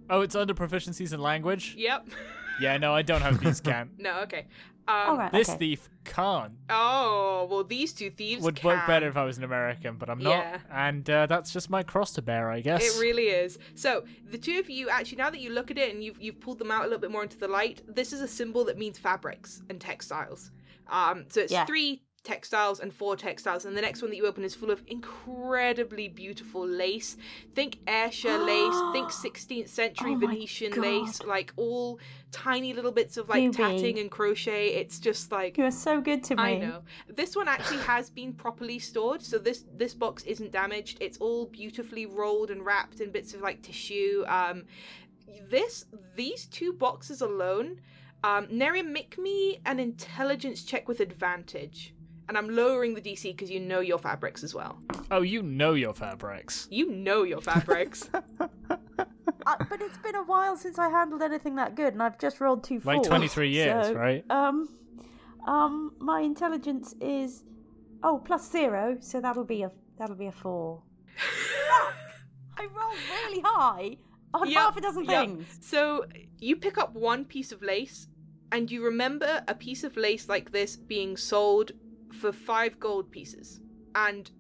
[SPEAKER 5] Oh, it's under proficiencies in language?
[SPEAKER 3] Yep.
[SPEAKER 5] Yeah, no, I don't have these can.
[SPEAKER 3] No, okay. Um,
[SPEAKER 4] All right.
[SPEAKER 5] This
[SPEAKER 4] okay.
[SPEAKER 5] thief can't.
[SPEAKER 3] Oh, well, these two thieves
[SPEAKER 5] Would
[SPEAKER 3] can.
[SPEAKER 5] work better if I was an American, but I'm not.
[SPEAKER 3] Yeah.
[SPEAKER 5] And uh, that's just my cross to bear, I guess.
[SPEAKER 3] It really is. So the two of you actually, now that you look at it and you've you've pulled them out a little bit more into the light, this is a symbol that means fabrics and textiles. Um, so it's
[SPEAKER 4] Yeah.
[SPEAKER 3] three textiles and four textiles, and the next one that you open is full of incredibly beautiful lace. Think Ayrshire lace, think 16th century
[SPEAKER 4] Oh my
[SPEAKER 3] Venetian
[SPEAKER 4] God.
[SPEAKER 3] lace, like all tiny little bits of like
[SPEAKER 4] Ruby.
[SPEAKER 3] tatting and crochet. It's just like
[SPEAKER 4] You are so good to me.
[SPEAKER 3] I know. This one actually has been properly stored, so this this box isn't damaged. It's all beautifully rolled and wrapped in bits of like tissue. Um, this these two boxes alone, um, Neri, make me an intelligence check with advantage, and I'm lowering the DC because you know your fabrics as well.
[SPEAKER 5] Oh, you know your fabrics.
[SPEAKER 3] You know your fabrics.
[SPEAKER 4] Uh, but it's been a while since I handled anything that good, and I've just rolled two
[SPEAKER 5] Like
[SPEAKER 4] fours,
[SPEAKER 5] 23 years,
[SPEAKER 4] so,
[SPEAKER 5] right?
[SPEAKER 4] Um, um, my intelligence is oh plus zero, so that'll be a that'll be a four. I rolled really high on
[SPEAKER 3] Yep,
[SPEAKER 4] half a dozen
[SPEAKER 3] yep.
[SPEAKER 4] things.
[SPEAKER 3] So you pick up one piece of lace, and you remember a piece of lace like this being sold for five gold pieces. And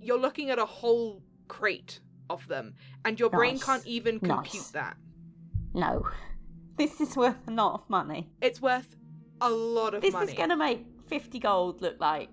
[SPEAKER 3] you're looking at a whole crate of them, and your brain
[SPEAKER 4] Nice.
[SPEAKER 3] can't even compute
[SPEAKER 4] Nice.
[SPEAKER 3] that.
[SPEAKER 4] No, this is worth a lot of money.
[SPEAKER 3] It's worth a lot of
[SPEAKER 4] This
[SPEAKER 3] money.
[SPEAKER 4] is gonna make fifty gold look like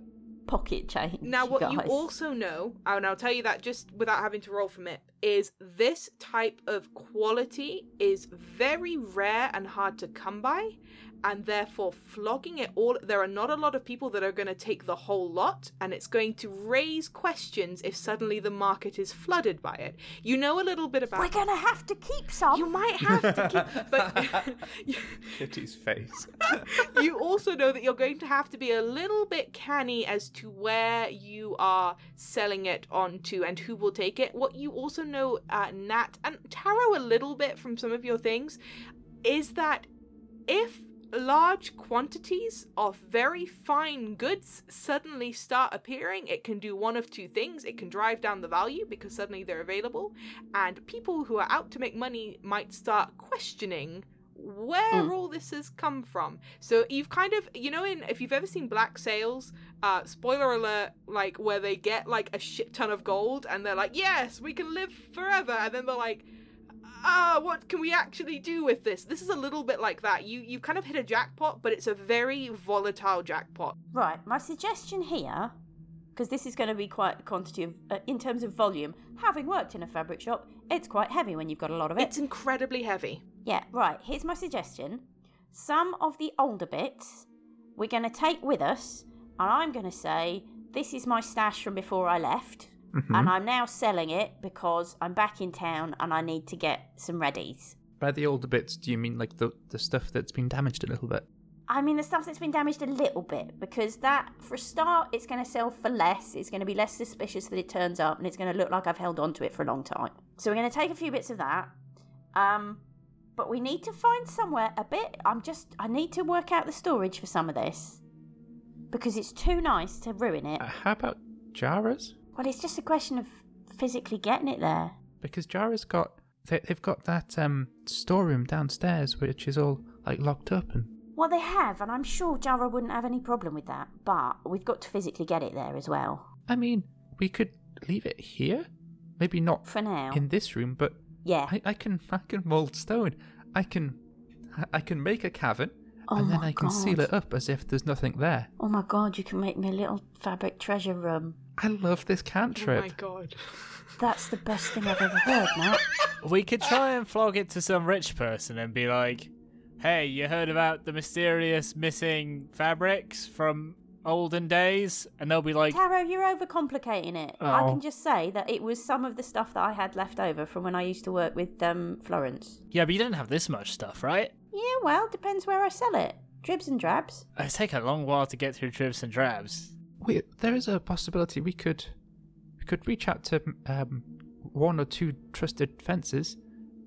[SPEAKER 4] pocket change.
[SPEAKER 3] Now, what you
[SPEAKER 4] guys.
[SPEAKER 3] also know, and I'll tell you that just without having to roll from it, is this type of quality is very rare and hard to come by, and therefore flogging it all. There are not a lot of people that are going to take the whole lot, and it's going to raise questions if suddenly the market is flooded by it. You know a little bit about.
[SPEAKER 4] we're gonna have to keep some.
[SPEAKER 3] you might have to keep, but
[SPEAKER 2] Kitty's face.
[SPEAKER 3] you also know that you're going to have to be a little bit canny as to where you are selling it on to and who will take it. What you also know, uh, Nat and Taro, a little bit from some of your things, is that if large quantities of very fine goods suddenly start appearing, it can do one of two things. It can drive down the value because suddenly they're available, and people who are out to make money might start questioning where
[SPEAKER 4] Mm.
[SPEAKER 3] all this has come from. So you've kind of, you know, in if you've ever seen Black Sales, uh, spoiler alert, like where they get like a shit ton of gold and they're like, yes, we can live forever, and then they're like, ah, what can we actually do with this? This is a little bit like that. You you kind of hit a jackpot, but it's a very volatile jackpot.
[SPEAKER 4] Right, my suggestion here, because this is going to be quite a quantity of, uh, in terms of volume, having worked in a fabric shop, it's quite heavy when you've got a lot of it.
[SPEAKER 3] It's incredibly heavy.
[SPEAKER 4] Yeah, right, here's my suggestion. Some of the older bits we're going to take with us, and I'm going to say, this is my stash from before I left,
[SPEAKER 1] Mm-hmm.
[SPEAKER 4] and I'm now selling it because I'm back in town and I need to get some readies.
[SPEAKER 1] By the older bits, do you mean like the, the stuff that's been damaged a little bit?
[SPEAKER 4] I mean, the stuff that's been damaged a little bit because that, for a start, it's going to sell for less. It's going to be less suspicious that it turns up, and it's going to look like I've held on to it for a long time. So we're going to take a few bits of that. Um, but we need to find somewhere a bit. I'm just. I need to work out the storage for some of this because it's too nice to ruin it.
[SPEAKER 1] Uh, how about Jara's?
[SPEAKER 4] Well, it's just a question of physically getting it there.
[SPEAKER 1] Because Jara's got they, they've got that um storeroom downstairs which is all like locked up and
[SPEAKER 4] Well, they have, and I'm sure Jara wouldn't have any problem with that. But we've got to physically get it there as well.
[SPEAKER 1] I mean we could leave it here, maybe not
[SPEAKER 4] For now,
[SPEAKER 1] in this room, but
[SPEAKER 4] yeah.
[SPEAKER 1] I, I can I can mold stone, I can I- I can make a cavern
[SPEAKER 4] Oh
[SPEAKER 1] and then
[SPEAKER 4] my
[SPEAKER 1] I can seal
[SPEAKER 4] God.
[SPEAKER 1] it up as if there's nothing there.
[SPEAKER 4] Oh my god, you can make me a little fabric treasure room.
[SPEAKER 1] I love this
[SPEAKER 3] Oh my
[SPEAKER 1] cantrip.
[SPEAKER 3] god.
[SPEAKER 4] That's the best thing I've ever heard, Matt.
[SPEAKER 5] We could try and flog it to some rich person and be like, hey, you heard about the mysterious missing fabrics from olden days? And they'll be like,
[SPEAKER 4] Taro, you're overcomplicating it. I
[SPEAKER 5] Oh.
[SPEAKER 4] can just say that it was some of the stuff that I had left over from when I used to work with um, Florence.
[SPEAKER 5] yeah, but you didn't have this much stuff, right?
[SPEAKER 4] Yeah, well, depends where I sell it. Dribs and drabs.
[SPEAKER 5] It'd take a long while to get through dribs and drabs.
[SPEAKER 1] We, there is a possibility we could we could reach out to um, one or two trusted fences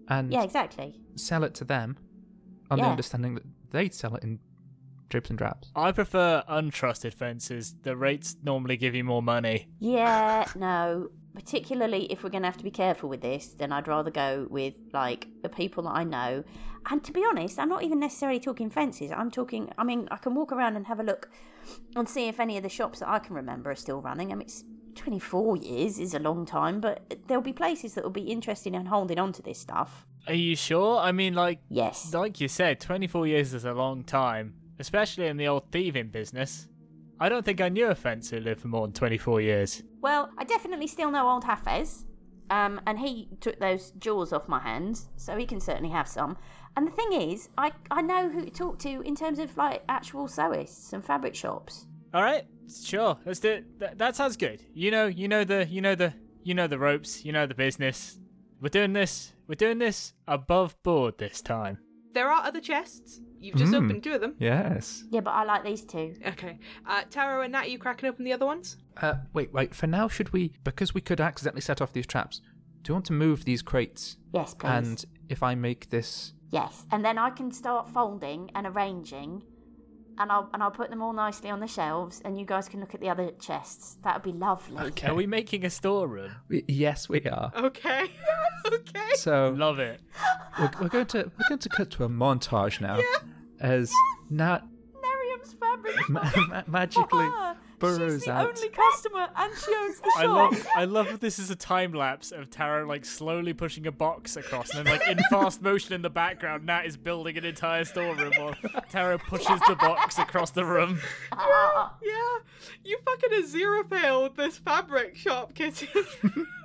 [SPEAKER 1] and
[SPEAKER 4] Yeah, exactly.
[SPEAKER 1] sell it to them on the
[SPEAKER 4] Yeah.
[SPEAKER 1] understanding that they'd sell it in drips and drabs.
[SPEAKER 5] I prefer untrusted fences. The rates normally give you more money.
[SPEAKER 4] Yeah, no. particularly if we're going to have to be careful with this, then I'd rather go with like the people that I know. And to be honest, I'm not even necessarily talking fences. I'm talking, I mean, I can walk around and have a look and see if any of the shops that I can remember are still running. I mean, it's 24 years is a long time, but there'll be places that will be interested in holding on to this stuff.
[SPEAKER 5] Are you sure? I mean, like,
[SPEAKER 4] Yes.
[SPEAKER 5] like you said, 24 years is a long time, especially in the old thieving business. I don't think I knew a fence who lived for more than 24 years.
[SPEAKER 4] Well, I definitely still know old Hafez, um, and he took those jaws off my hands, so he can certainly have some. And the thing is, I, I know who to talk to in terms of like actual sewists and fabric shops.
[SPEAKER 5] All right, sure, let's do it. Th- that sounds good. You know, you know the, you know the, you know the ropes. You know the business. We're doing this. We're doing this above board this time.
[SPEAKER 3] There are other chests. You've just
[SPEAKER 2] Mm.
[SPEAKER 3] opened two of them.
[SPEAKER 2] Yes.
[SPEAKER 4] Yeah, but I like these two.
[SPEAKER 3] Okay. Uh, Taro and Nat, are you cracking open the other ones?
[SPEAKER 1] Uh, wait, wait. For now, should we? Because we could accidentally set off these traps. Do you want to move these crates?
[SPEAKER 4] Yes, please.
[SPEAKER 1] And if I make this,
[SPEAKER 4] Yes, and then I can start folding and arranging, and I'll and I'll put them all nicely on the shelves, and you guys can look at the other chests. That would be lovely.
[SPEAKER 5] Are we making a storeroom?
[SPEAKER 1] Y- yes, we are.
[SPEAKER 3] Okay. okay.
[SPEAKER 1] So
[SPEAKER 5] Love it.
[SPEAKER 1] we're, we're going to we're going to cut to a montage now, as Nat
[SPEAKER 4] Miriam's fabric.
[SPEAKER 1] ma- ma- magically burrows out.
[SPEAKER 4] customer, and she owns the
[SPEAKER 5] I love, I love that this is a time lapse of Taro like slowly pushing a box across, and then like in fast motion in the background, Nat is building an entire storeroom while Taro pushes the box across the room.
[SPEAKER 4] Ah,
[SPEAKER 3] Yeah. You fucking a zero fail with this fabric shop, Kitty.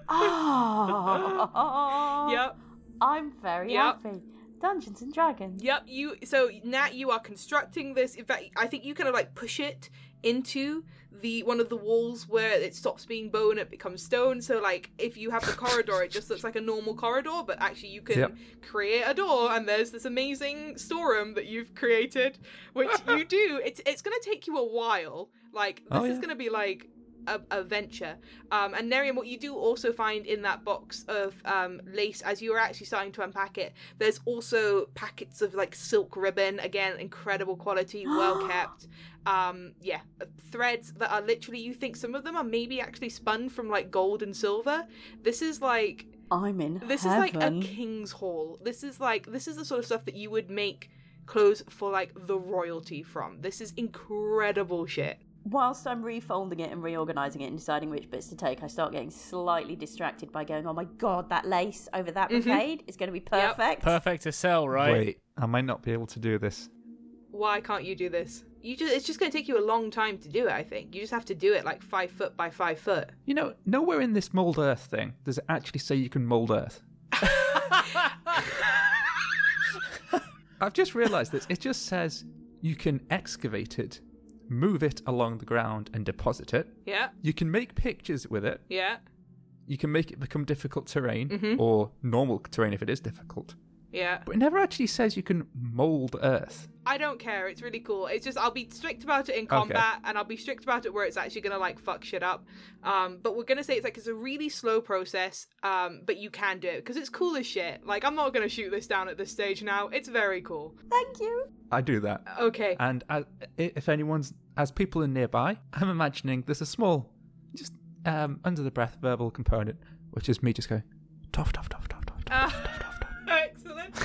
[SPEAKER 4] oh,
[SPEAKER 3] yep.
[SPEAKER 4] I'm very
[SPEAKER 3] Yep.
[SPEAKER 4] happy. Dungeons and Dragons.
[SPEAKER 3] Yep. You. So Nat, you are constructing this. In fact, I think you kind of like push it into the one of the walls where it stops being bow and it becomes stone. So like, if you have the corridor, it just looks like a normal corridor, but actually you can
[SPEAKER 1] Yep.
[SPEAKER 3] create a door, and there's this amazing storeroom that you've created, which you do. It's it's gonna take you a while. Like this
[SPEAKER 1] Oh,
[SPEAKER 3] is
[SPEAKER 1] yeah.
[SPEAKER 3] gonna be like a, a venture. Um, and Nerium, what you do also find in that box of um, lace, as you are actually starting to unpack it, there's also packets of like silk ribbon. Again, incredible quality, well kept. Um, yeah, threads that are literally. You think some of them are maybe actually spun from like gold and silver. This is like
[SPEAKER 4] I'm in
[SPEAKER 3] this is like a
[SPEAKER 4] heaven.
[SPEAKER 3] king's hall. This is like this is the sort of stuff that you would make clothes for like the royalty from. This is incredible shit.
[SPEAKER 4] Whilst I'm refolding it and reorganising it and deciding which bits to take, I start getting slightly distracted by going, "Oh my god, that lace over that brocade is going to be
[SPEAKER 3] Mm-hmm. Yep.
[SPEAKER 4] perfect."
[SPEAKER 5] Perfect to sell, right?
[SPEAKER 2] Wait, I might not be able to do this.
[SPEAKER 3] Why can't you do this? You just it's just going to take you a long time to do it, I think. You just have to do it like 5 foot by 5 foot.
[SPEAKER 1] You know, nowhere in this mold earth thing does it actually say you can mold earth. I've just realised this. It just says you can excavate it, move it along the ground, and deposit it.
[SPEAKER 3] Yeah.
[SPEAKER 1] You can make pictures with it.
[SPEAKER 3] Yeah.
[SPEAKER 1] You can make it become difficult terrain or normal terrain if it is difficult.
[SPEAKER 3] Yeah.
[SPEAKER 1] But it never actually says you can mold earth.
[SPEAKER 3] I don't care. It's really cool. It's just I'll be strict about it in combat, and I'll be strict about it where it's actually gonna like fuck shit up. Um, but we're gonna say it's like it's a really slow process. Um, but you can do it because it's cool as shit. Like I'm not gonna shoot this down at this stage now. It's very cool.
[SPEAKER 4] Thank you.
[SPEAKER 1] I do that.
[SPEAKER 3] Okay.
[SPEAKER 1] And as, if anyone's, as people are nearby, I'm imagining there's a small, just um, under the breath verbal component, which is me just going, tough, tough, tough, tough, tough.
[SPEAKER 3] Uh, excellent.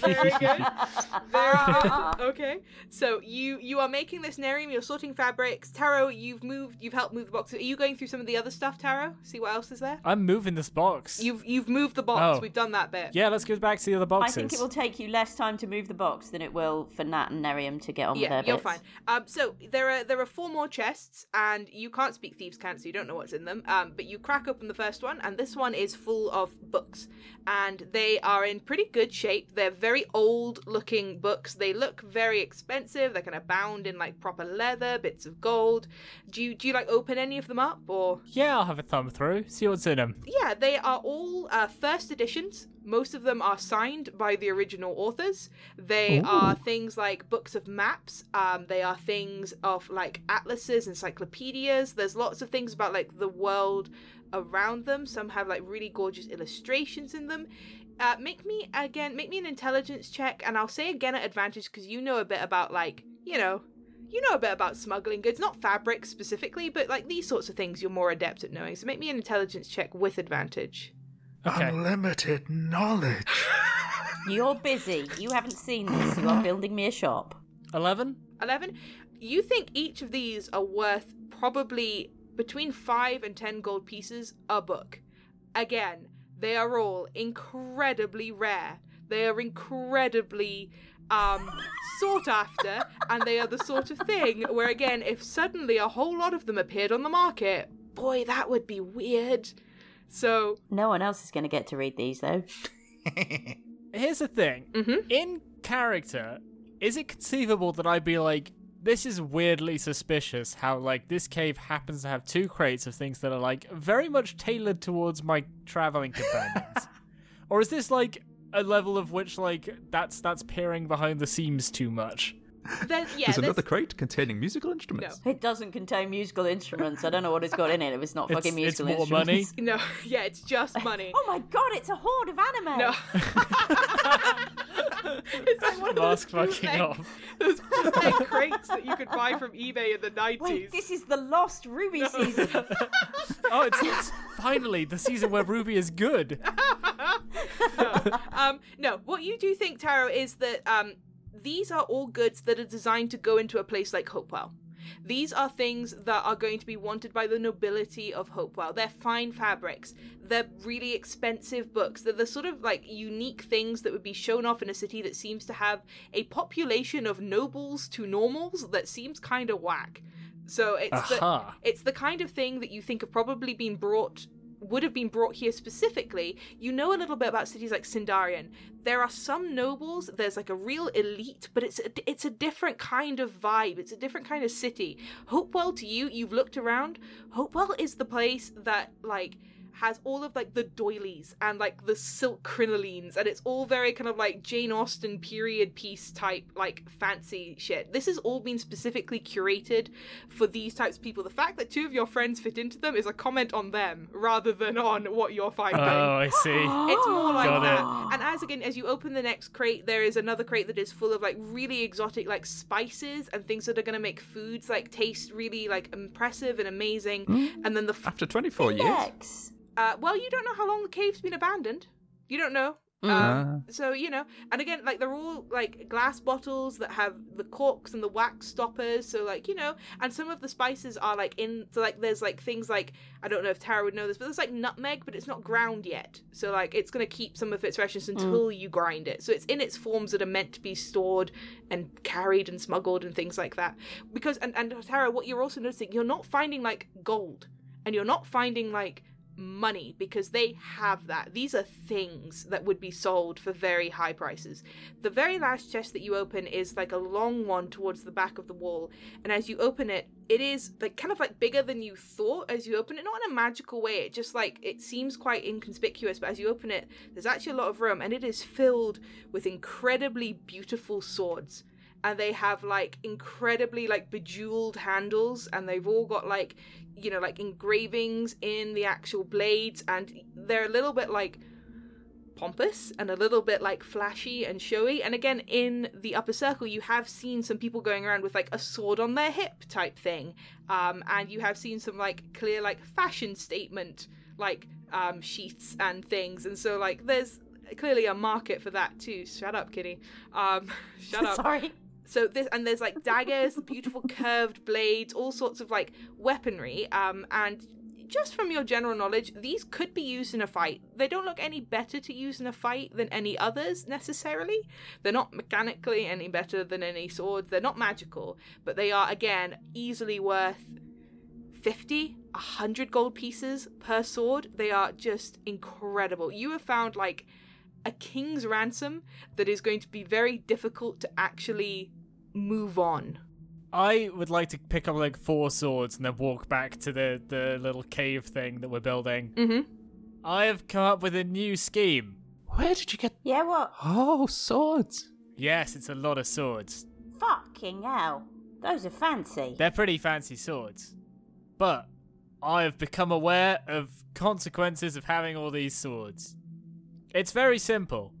[SPEAKER 3] Very good. Very good. Okay. So you you are making this Nerium. You're sorting fabrics. Taro, you've moved. You've helped move the boxes. Are you going through some of the other stuff, Taro? See what else is there.
[SPEAKER 5] I'm moving this box.
[SPEAKER 3] You've you've moved the box.
[SPEAKER 5] Oh.
[SPEAKER 3] We've done that bit.
[SPEAKER 5] Yeah, let's go back to the other
[SPEAKER 4] I
[SPEAKER 5] boxes.
[SPEAKER 4] think it will take you less time to move the box than it will for Nat and Nerium to get on with
[SPEAKER 3] yeah,
[SPEAKER 4] their
[SPEAKER 3] you're
[SPEAKER 4] bits.
[SPEAKER 3] fine. Um, so there are there are four more chests, and you can't speak thieves' cant, so you don't know what's in them. Um, but you crack open the first one, and this one is full of books, and they are in pretty good shape. They're very old-looking books. They look very expensive. They're kind of bound in like proper leather, bits of gold. Do you do you like open any of them up or?
[SPEAKER 5] Yeah, I'll have a thumb through. See what's in them.
[SPEAKER 3] yeah, they are all uh, first editions. Most of them are signed by the original authors. They are things like books of maps. Um, they are things of like atlases, encyclopedias. There's lots of things about like the world around them. Some have like really gorgeous illustrations in them. Uh, make me again, make me an intelligence check, and I'll say again at advantage because you know a bit about like you know you know a bit about smuggling goods, not fabric specifically, but like these sorts of things you're more adept at knowing. So make me an intelligence check with advantage.
[SPEAKER 5] Okay.
[SPEAKER 2] Unlimited knowledge.
[SPEAKER 4] You're busy. You haven't seen this. You are building me a shop.
[SPEAKER 5] 11?
[SPEAKER 3] 11. You think each of these are worth probably between 5 and 10 gold pieces a book. Again, they are all incredibly rare. They are incredibly um, sought after, and they are the sort of thing where, again, if suddenly a whole lot of them appeared on the market, boy, that would be weird. So,
[SPEAKER 4] No one else is going to get to read these, though.
[SPEAKER 5] Here's the thing.
[SPEAKER 3] Mhm.
[SPEAKER 5] In character, is it conceivable that I'd be like, this is weirdly suspicious how, like, this cave happens to have two crates of things that are, like, very much tailored towards my traveling companions? or is this, like, a level of which, like, that's that's peering behind the seams too much?
[SPEAKER 3] then, yeah,
[SPEAKER 2] There's another
[SPEAKER 3] there's-
[SPEAKER 2] crate containing musical instruments.
[SPEAKER 4] It doesn't contain musical instruments. I don't know what it's got in it. If it's not
[SPEAKER 5] It's-
[SPEAKER 4] fucking
[SPEAKER 5] it's
[SPEAKER 4] musical
[SPEAKER 5] more
[SPEAKER 4] instruments.
[SPEAKER 5] money.
[SPEAKER 3] no, yeah, it's just money.
[SPEAKER 4] Oh my god, it's a horde of anime.
[SPEAKER 3] No. it's like one of
[SPEAKER 5] Mask
[SPEAKER 3] those
[SPEAKER 5] fucking
[SPEAKER 3] bootleg-
[SPEAKER 5] off.
[SPEAKER 3] Those bootleg crates that you could buy from eBay in the 90s.
[SPEAKER 4] Wait, this is the lost Ruby season.
[SPEAKER 5] Oh, it's, it's finally the season where Ruby is good.
[SPEAKER 3] um, no, what you do think, Taro, is that um, these are all goods that are designed to go into a place like Hopewell. These are things that are going to be wanted by the nobility of Hopewell. They're fine fabrics. They're really expensive books. They're the sort of like unique things that would be shown off in a city that seems to have a population of nobles to normals that seems kind of whack. So it's the,
[SPEAKER 5] Aha.
[SPEAKER 3] it's the kind of thing that you think have probably been brought would have been brought here specifically. You know a little bit about cities like Sindarian. There are some nobles, there's like a real elite, but it's a, it's a different kind of vibe. It's a different kind of city. Hopewell to you, you've looked around. Hopewell is the place that like has all of like the doilies and like the silk crinolines and it's all very kind of like Jane Austen period piece type like fancy shit. This has all been specifically curated for these types of people. The fact that two of your friends fit into them is a comment on them rather than on what you're finding.
[SPEAKER 5] Oh, I see.
[SPEAKER 3] It's more like
[SPEAKER 5] Got
[SPEAKER 3] that. And as again, as you open the next crate, there is another crate that is full of like really exotic like spices and things that are going to make foods like taste really like impressive and amazing.
[SPEAKER 5] Mm.
[SPEAKER 3] And then the f-
[SPEAKER 2] After
[SPEAKER 1] Oh,
[SPEAKER 2] 24 years.
[SPEAKER 4] X.
[SPEAKER 3] uh, well, you don't know how long the cave's been abandoned. You don't know. Um, so you know, and again, like they're all like glass bottles that have the corks and the wax stoppers. So like you know, and some of the spices are like in. So like there's like things like I don't know if Tara would know this, but there's like nutmeg, but it's not ground yet. So like it's gonna keep some of its freshness until you grind it. So it's in its forms that are meant to be stored and carried and smuggled and things like that. Because and and Tara, what you're also noticing, you're not finding like gold, and you're not finding like money because they have that. These are things that would be sold for very high prices. The very last chest that you open is like a long one towards the back of the wall, and as you open it, it is like kind of like bigger than you thought as you open it, not in a magical way, it just like it seems quite inconspicuous, but as you open it, there's actually a lot of room and it is filled with incredibly beautiful swords and they have like incredibly like bejeweled handles and they've all got like you know like engravings in the actual blades and they're a little bit like pompous and a little bit like flashy and showy and again in the upper circle you have seen some people going around with like a sword on their hip type thing um and you have seen some like clear like fashion statement like um sheaths and things and so like there's clearly a market for that too shut up kitty um shut up
[SPEAKER 4] Sorry.
[SPEAKER 3] so this and there's like daggers, beautiful curved blades, all sorts of like weaponry. Um, and just from your general knowledge, these could be used in a fight. They don't look any better to use in a fight than any others necessarily. They're not mechanically any better than any swords. They're not magical, but they are again easily worth 50 100 gold pieces per sword they are just incredible you have found like a king's ransom that is going to be very difficult to actually move on
[SPEAKER 5] I would like to pick up like four swords and then walk back to the, the little cave thing that we're building.
[SPEAKER 3] mm-hmm.
[SPEAKER 5] I have come up with a new scheme.
[SPEAKER 2] Where did you get.
[SPEAKER 4] Yeah, what?
[SPEAKER 2] Oh, swords.
[SPEAKER 5] Yes, it's a lot of swords.
[SPEAKER 4] Fucking hell. Those are fancy.
[SPEAKER 5] They're pretty fancy swords. But I have become aware of consequences of having all these swords. It's very simple.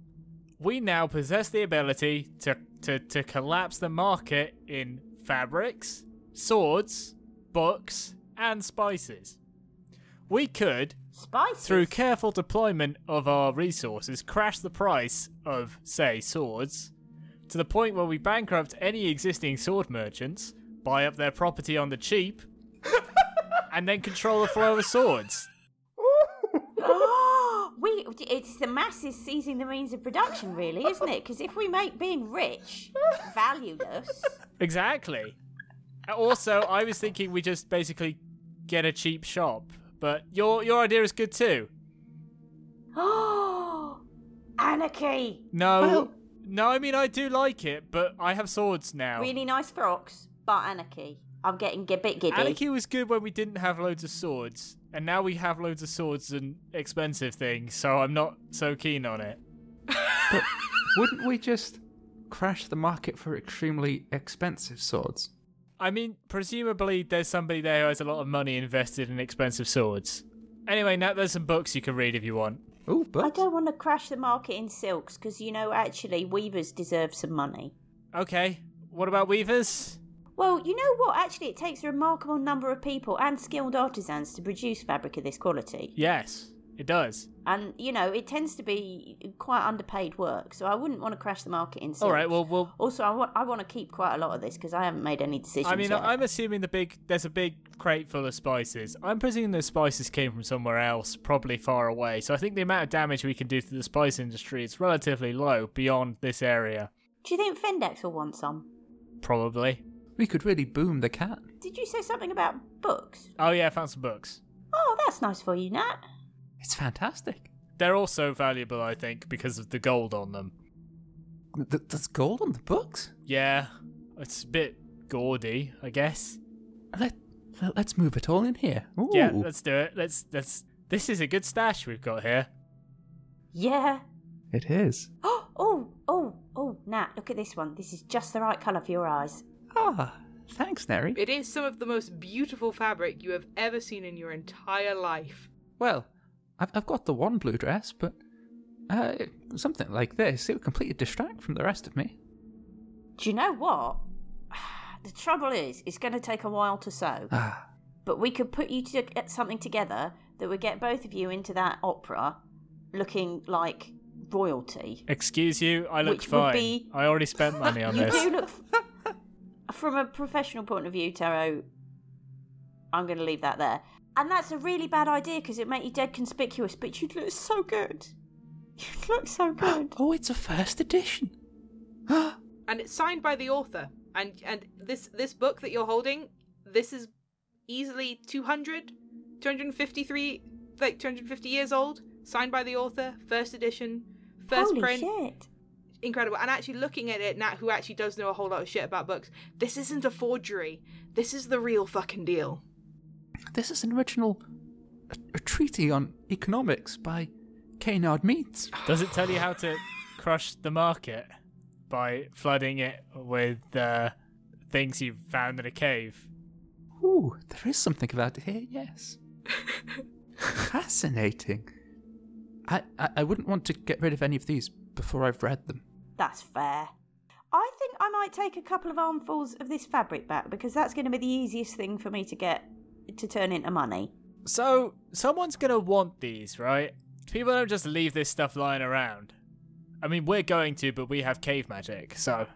[SPEAKER 5] We now possess the ability to, to, to collapse the market in fabrics, swords, books, and spices. We could,
[SPEAKER 4] Spices.
[SPEAKER 5] through careful deployment of our resources, crash the price of, say, swords, to the point where we bankrupt any existing sword merchants, buy up their property on the cheap, and then control the flow of swords.
[SPEAKER 4] we it's the masses seizing the means of production really isn't it because if we make being rich valueless
[SPEAKER 5] Exactly. Also, I was thinking we just basically get a cheap shop, but your your idea is good too.
[SPEAKER 4] oh anarchy
[SPEAKER 5] No, no, I mean I do like it, but I have swords now.
[SPEAKER 4] really nice frocks but anarchy i'm getting a bit giddy
[SPEAKER 5] Anarchy was good when we didn't have loads of swords, and now we have loads of swords and expensive things, so I'm not so keen on it.
[SPEAKER 2] Wouldn't we just crash the market for extremely expensive swords?
[SPEAKER 5] I mean, presumably there's somebody there who has a lot of money invested in expensive swords. Anyway, now there's some books you can read if you want.
[SPEAKER 2] Oh,
[SPEAKER 4] i
[SPEAKER 2] but
[SPEAKER 4] don't want to crash the market in silks because you know actually weavers deserve some money
[SPEAKER 5] Okay, what about weavers?
[SPEAKER 4] well you know what actually it takes a remarkable number of people and skilled artisans to produce fabric of this quality
[SPEAKER 5] Yes, it does.
[SPEAKER 4] and you know it tends to be quite underpaid work so i wouldn't want to crash the market in silks.
[SPEAKER 5] All right, well, we'll
[SPEAKER 4] Also, I want I want to keep quite a lot of this because I haven't made any decisions.
[SPEAKER 5] I mean,
[SPEAKER 4] yet.
[SPEAKER 5] I'm assuming the big there's a big crate full of spices. I'm presuming those spices came from somewhere else, probably far away. So I think the amount of damage we can do to the spice industry is relatively low beyond this area,
[SPEAKER 4] Do you think Fendex will want some?
[SPEAKER 5] probably.
[SPEAKER 2] we could really boom the cat.
[SPEAKER 4] Did you say something about books?
[SPEAKER 5] Oh yeah, I found some books.
[SPEAKER 4] Oh, that's nice for you, Nat.
[SPEAKER 2] It's fantastic.
[SPEAKER 5] They're also valuable, I think, because of the gold on them.
[SPEAKER 2] Th- there's gold on the books.
[SPEAKER 5] Yeah, it's a bit gaudy, I guess.
[SPEAKER 2] Let let's move it all in here. Ooh.
[SPEAKER 5] Yeah, let's do it. Let's let's. This is a good stash we've got here.
[SPEAKER 4] Yeah.
[SPEAKER 2] it is.
[SPEAKER 4] Oh, oh, oh, oh, Nat. Look at this one. This is just the right colour for your eyes.
[SPEAKER 2] Ah, thanks, Neri.
[SPEAKER 3] It is some of the most beautiful fabric you have ever seen in your entire life.
[SPEAKER 2] Well, I've, I've got the one blue dress, but uh, something like this, it would completely distract from the rest of me.
[SPEAKER 4] Do you know what? The trouble is, it's going to take a while to sew.
[SPEAKER 1] Uh.
[SPEAKER 2] Ah,
[SPEAKER 4] But we could put you to get something together that would get both of you into that opera, looking like royalty.
[SPEAKER 5] Excuse you, I look
[SPEAKER 4] Which would
[SPEAKER 5] fine.
[SPEAKER 4] be-
[SPEAKER 5] I already spent money on
[SPEAKER 4] you
[SPEAKER 5] this.
[SPEAKER 4] do look from a professional point of view tarot i'm going to leave that there and that's a really bad idea because it make you dead conspicuous but you'd look so good you'd look so good
[SPEAKER 2] oh, it's a first edition.
[SPEAKER 3] And it's signed by the author. And and this this book that you're holding, this is easily 200, 253, like 250 years old, signed by the author, first edition, first
[SPEAKER 4] holy
[SPEAKER 3] print.
[SPEAKER 4] shit
[SPEAKER 3] incredible. And actually, looking at it, Nat, who actually does know a whole lot of shit about books, this isn't a forgery. This is the real fucking deal.
[SPEAKER 2] This is an original a, a treaty on economics by Canard Meats.
[SPEAKER 5] Does it tell you how to crush the market by flooding it with uh, things you've found in a cave?
[SPEAKER 2] Ooh, there is something about it here, yes. Fascinating. I, I, I wouldn't want to get rid of any of these before I've read them.
[SPEAKER 4] that's fair i think i might take a couple of armfuls of this fabric back because that's going to be the easiest thing for me to get to turn into money
[SPEAKER 5] So someone's gonna want these, right? People don't just leave this stuff lying around. I mean, we're going to, but we have cave magic, so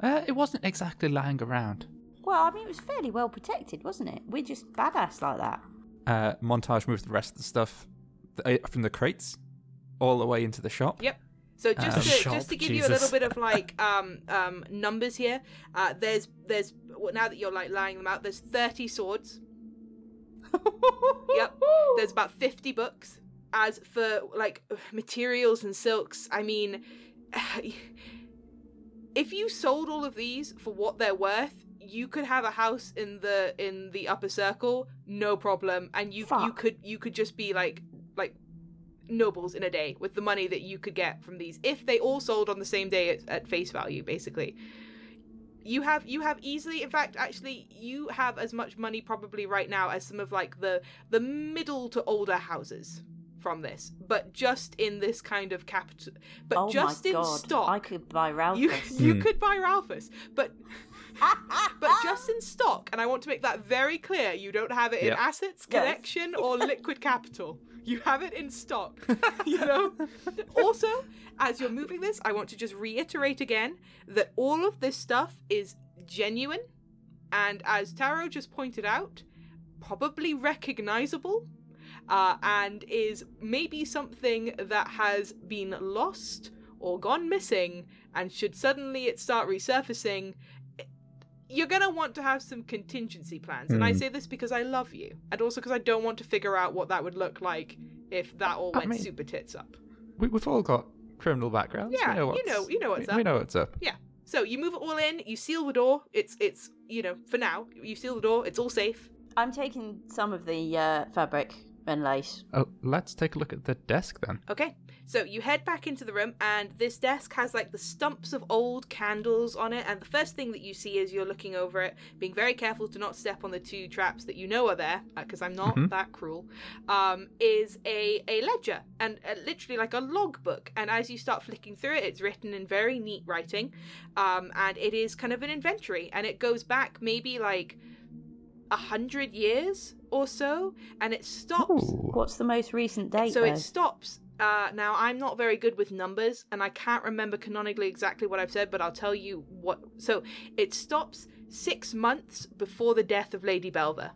[SPEAKER 2] Uh, it wasn't exactly lying around.
[SPEAKER 4] well i mean it was fairly well protected wasn't it we're just badass like that
[SPEAKER 2] Uh, montage moves the rest of the stuff th- uh, from the crates all the way into the shop.
[SPEAKER 3] Yep. So just
[SPEAKER 2] Um,
[SPEAKER 3] to
[SPEAKER 5] Uh, Shop,
[SPEAKER 3] just to give you a
[SPEAKER 5] Jesus.
[SPEAKER 3] little bit of like um um numbers here, uh, there's there's well, now that you're like lying them out, there's 30 swords. yep. There's about 50 books. As for like materials and silks, I mean, if you sold all of these for what they're worth, you could have a house in the in the upper circle, no problem, and you you
[SPEAKER 4] Fuck.
[SPEAKER 3] could you could just be like like nobles in a day with the money that you could get from these if they all sold on the same day at, at face value basically you have you have easily in fact actually you have as much money probably right now as some of like the the middle to older houses from this but just in this kind of capital but
[SPEAKER 4] oh
[SPEAKER 3] just
[SPEAKER 4] my
[SPEAKER 3] in
[SPEAKER 4] god
[SPEAKER 3] stock
[SPEAKER 4] i could buy ralphus
[SPEAKER 3] you, you could buy Ralphus, but but just in stock, and I want to make that very clear. You don't have it in
[SPEAKER 2] Yep.
[SPEAKER 3] assets,
[SPEAKER 4] Yes.
[SPEAKER 3] collection, or liquid capital. You have it in stock. You know. also, as you're moving this, I want to just reiterate again that all of this stuff is genuine, and as Taro just pointed out, probably recognizable. Uh, and is maybe something that has been lost or gone missing, and should suddenly it start resurfacing, you're going to want to have some contingency plans. And I say this because I love you, and also because I don't want to figure out what that would look like if that all
[SPEAKER 1] I
[SPEAKER 3] went
[SPEAKER 1] mean-
[SPEAKER 3] super tits up.
[SPEAKER 1] We, we've all got criminal backgrounds.
[SPEAKER 3] Yeah,
[SPEAKER 1] we know
[SPEAKER 3] you
[SPEAKER 1] what's,
[SPEAKER 3] know- you know what's
[SPEAKER 1] we,
[SPEAKER 3] up.
[SPEAKER 1] We know what's up.
[SPEAKER 3] Yeah. So you move it all in, you seal the door. It's it's you know for now you seal the door. It's all safe.
[SPEAKER 4] I'm taking some of the uh, fabric and lace.
[SPEAKER 1] Oh, let's take a look at the desk then.
[SPEAKER 3] Okay. So you head back into the room, and this desk has like the stumps of old candles on it. And the first thing that you see as you're looking over it, being very careful to not step on the two traps that you know are there, because I'm not that cruel, um, is a, a ledger and uh, literally like a logbook. And as you start flicking through it, it's written in very neat writing. Um, and it is kind of an inventory, and it goes back maybe like a hundred years or so, and it stops.
[SPEAKER 1] Ooh.
[SPEAKER 4] What's the most recent date?
[SPEAKER 3] So
[SPEAKER 4] though?
[SPEAKER 3] it stops. Uh, now I'm not very good with numbers, and I can't remember canonically exactly what I've said, but I'll tell you what. So it stops six months before the death of Lady Belva.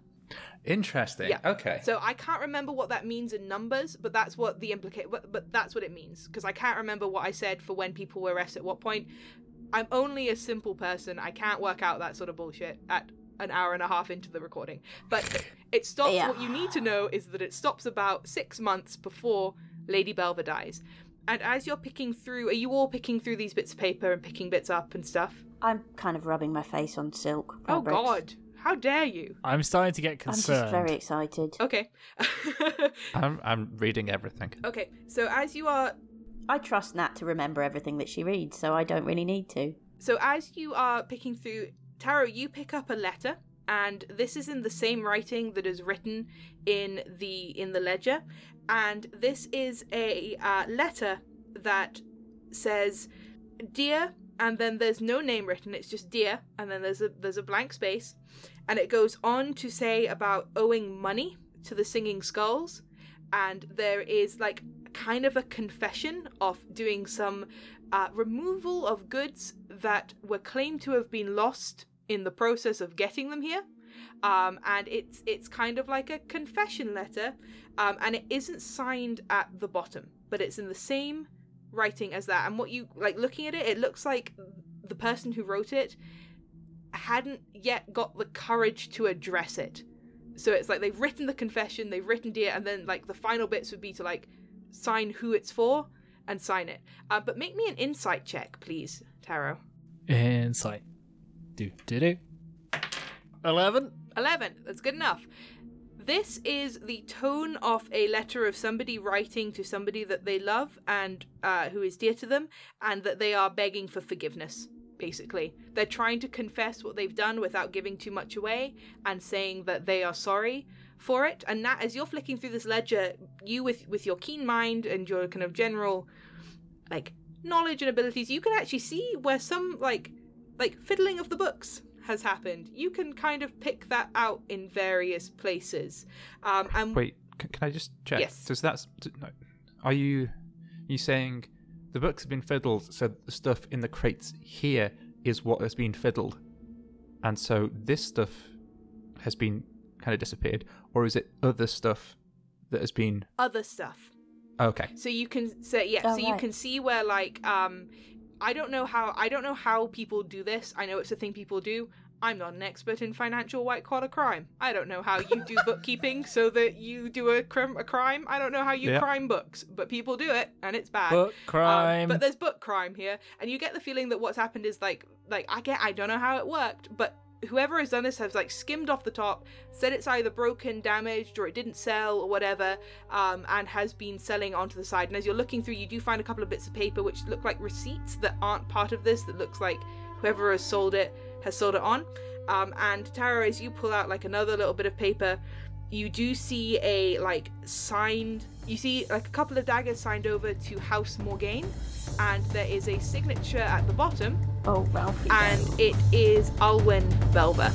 [SPEAKER 2] Interesting.
[SPEAKER 3] Yeah.
[SPEAKER 2] Okay.
[SPEAKER 3] So I can't remember what that means in numbers, but that's what the implicate. But, but that's what it means because I can't remember what I said for when people were arrested at what point. I'm only a simple person. I can't work out that sort of bullshit at an hour and a half into the recording. But it stops.
[SPEAKER 4] Yeah.
[SPEAKER 3] What you need to know is that it stops about six months before Lady Belva dies. And as you're picking through, are you all picking through these bits of paper and picking bits up and stuff?
[SPEAKER 4] I'm kind of rubbing my face on silk. fabrics.
[SPEAKER 3] Oh God! How dare you?
[SPEAKER 5] I'm starting to get
[SPEAKER 4] I'm just
[SPEAKER 5] concerned.
[SPEAKER 4] very excited.
[SPEAKER 3] Okay.
[SPEAKER 1] I'm, I'm reading everything.
[SPEAKER 3] okay. So as you are
[SPEAKER 4] I trust Nat to remember everything that she reads, so I don't really need to.
[SPEAKER 3] So as you are picking through Taro, you pick up a letter, and this is in the same writing that is written in the in the ledger, and this is a uh, letter that says, "Dear," and then there's no name written. It's just "Dear," and then there's a there's a blank space, and it goes on to say about owing money to the Singing Skulls, and there is like kind of a confession of doing some uh, removal of goods that were claimed to have been lost in the process of getting them here. Um, and it's it's kind of like a confession letter, um, and it isn't signed at the bottom, but it's in the same writing as that. And what you like looking at it, it looks like the person who wrote it hadn't yet got the courage to address it. So it's like they've written the confession, they've written dear, and then like the final bits would be to like sign who it's for and sign it. Uh, but make me an insight check, please, Taro.
[SPEAKER 5] Insight. Do do do. Eleven.
[SPEAKER 3] 11. That's good enough. This is the tone of a letter of somebody writing to somebody that they love and uh, who is dear to them, and that they are begging for forgiveness, basically. They're trying to confess what they've done without giving too much away and saying that they are sorry for it. And that, as you're flicking through this ledger, you, with, with your keen mind and your kind of general like knowledge and abilities you can actually see where some like like fiddling of the books has happened you can kind of pick that out in various places um and
[SPEAKER 1] Wait, c- can I just check?
[SPEAKER 3] Yes.
[SPEAKER 1] Does that's d- no, are you you saying the books have been fiddled, so the stuff in the crates here is what has been fiddled, and so this stuff has been kind of disappeared, or is it other stuff that has been
[SPEAKER 3] other stuff
[SPEAKER 1] okay?
[SPEAKER 3] so you can say yeah
[SPEAKER 4] Oh,
[SPEAKER 3] so you
[SPEAKER 4] right.
[SPEAKER 3] can see where like um i don't know how i don't know how people do this i know it's a thing people do i'm not an expert in financial white collar crime i don't know how you do bookkeeping so that you do a, crim- a crime i don't know how you
[SPEAKER 1] Yeah.
[SPEAKER 3] crime books but people do it and it's bad
[SPEAKER 5] Book crime.
[SPEAKER 3] Um, but there's book crime here, and you get the feeling that what's happened is like, like I get, I don't know how it worked, but whoever has done this has like skimmed off the top, said it's either broken, damaged, or it didn't sell, or whatever, um, and has been selling onto the side. And as you're looking through, you do find a couple of bits of paper which look like receipts that aren't part of this. That looks like whoever has sold it has sold it on. Um, and Tara, as you pull out like another little bit of paper, you do see a like signed you see like a couple of daggers signed over to House Morgaine and there is a signature at the bottom
[SPEAKER 4] Oh, Ralphie.
[SPEAKER 3] and it is Alwyn Belva.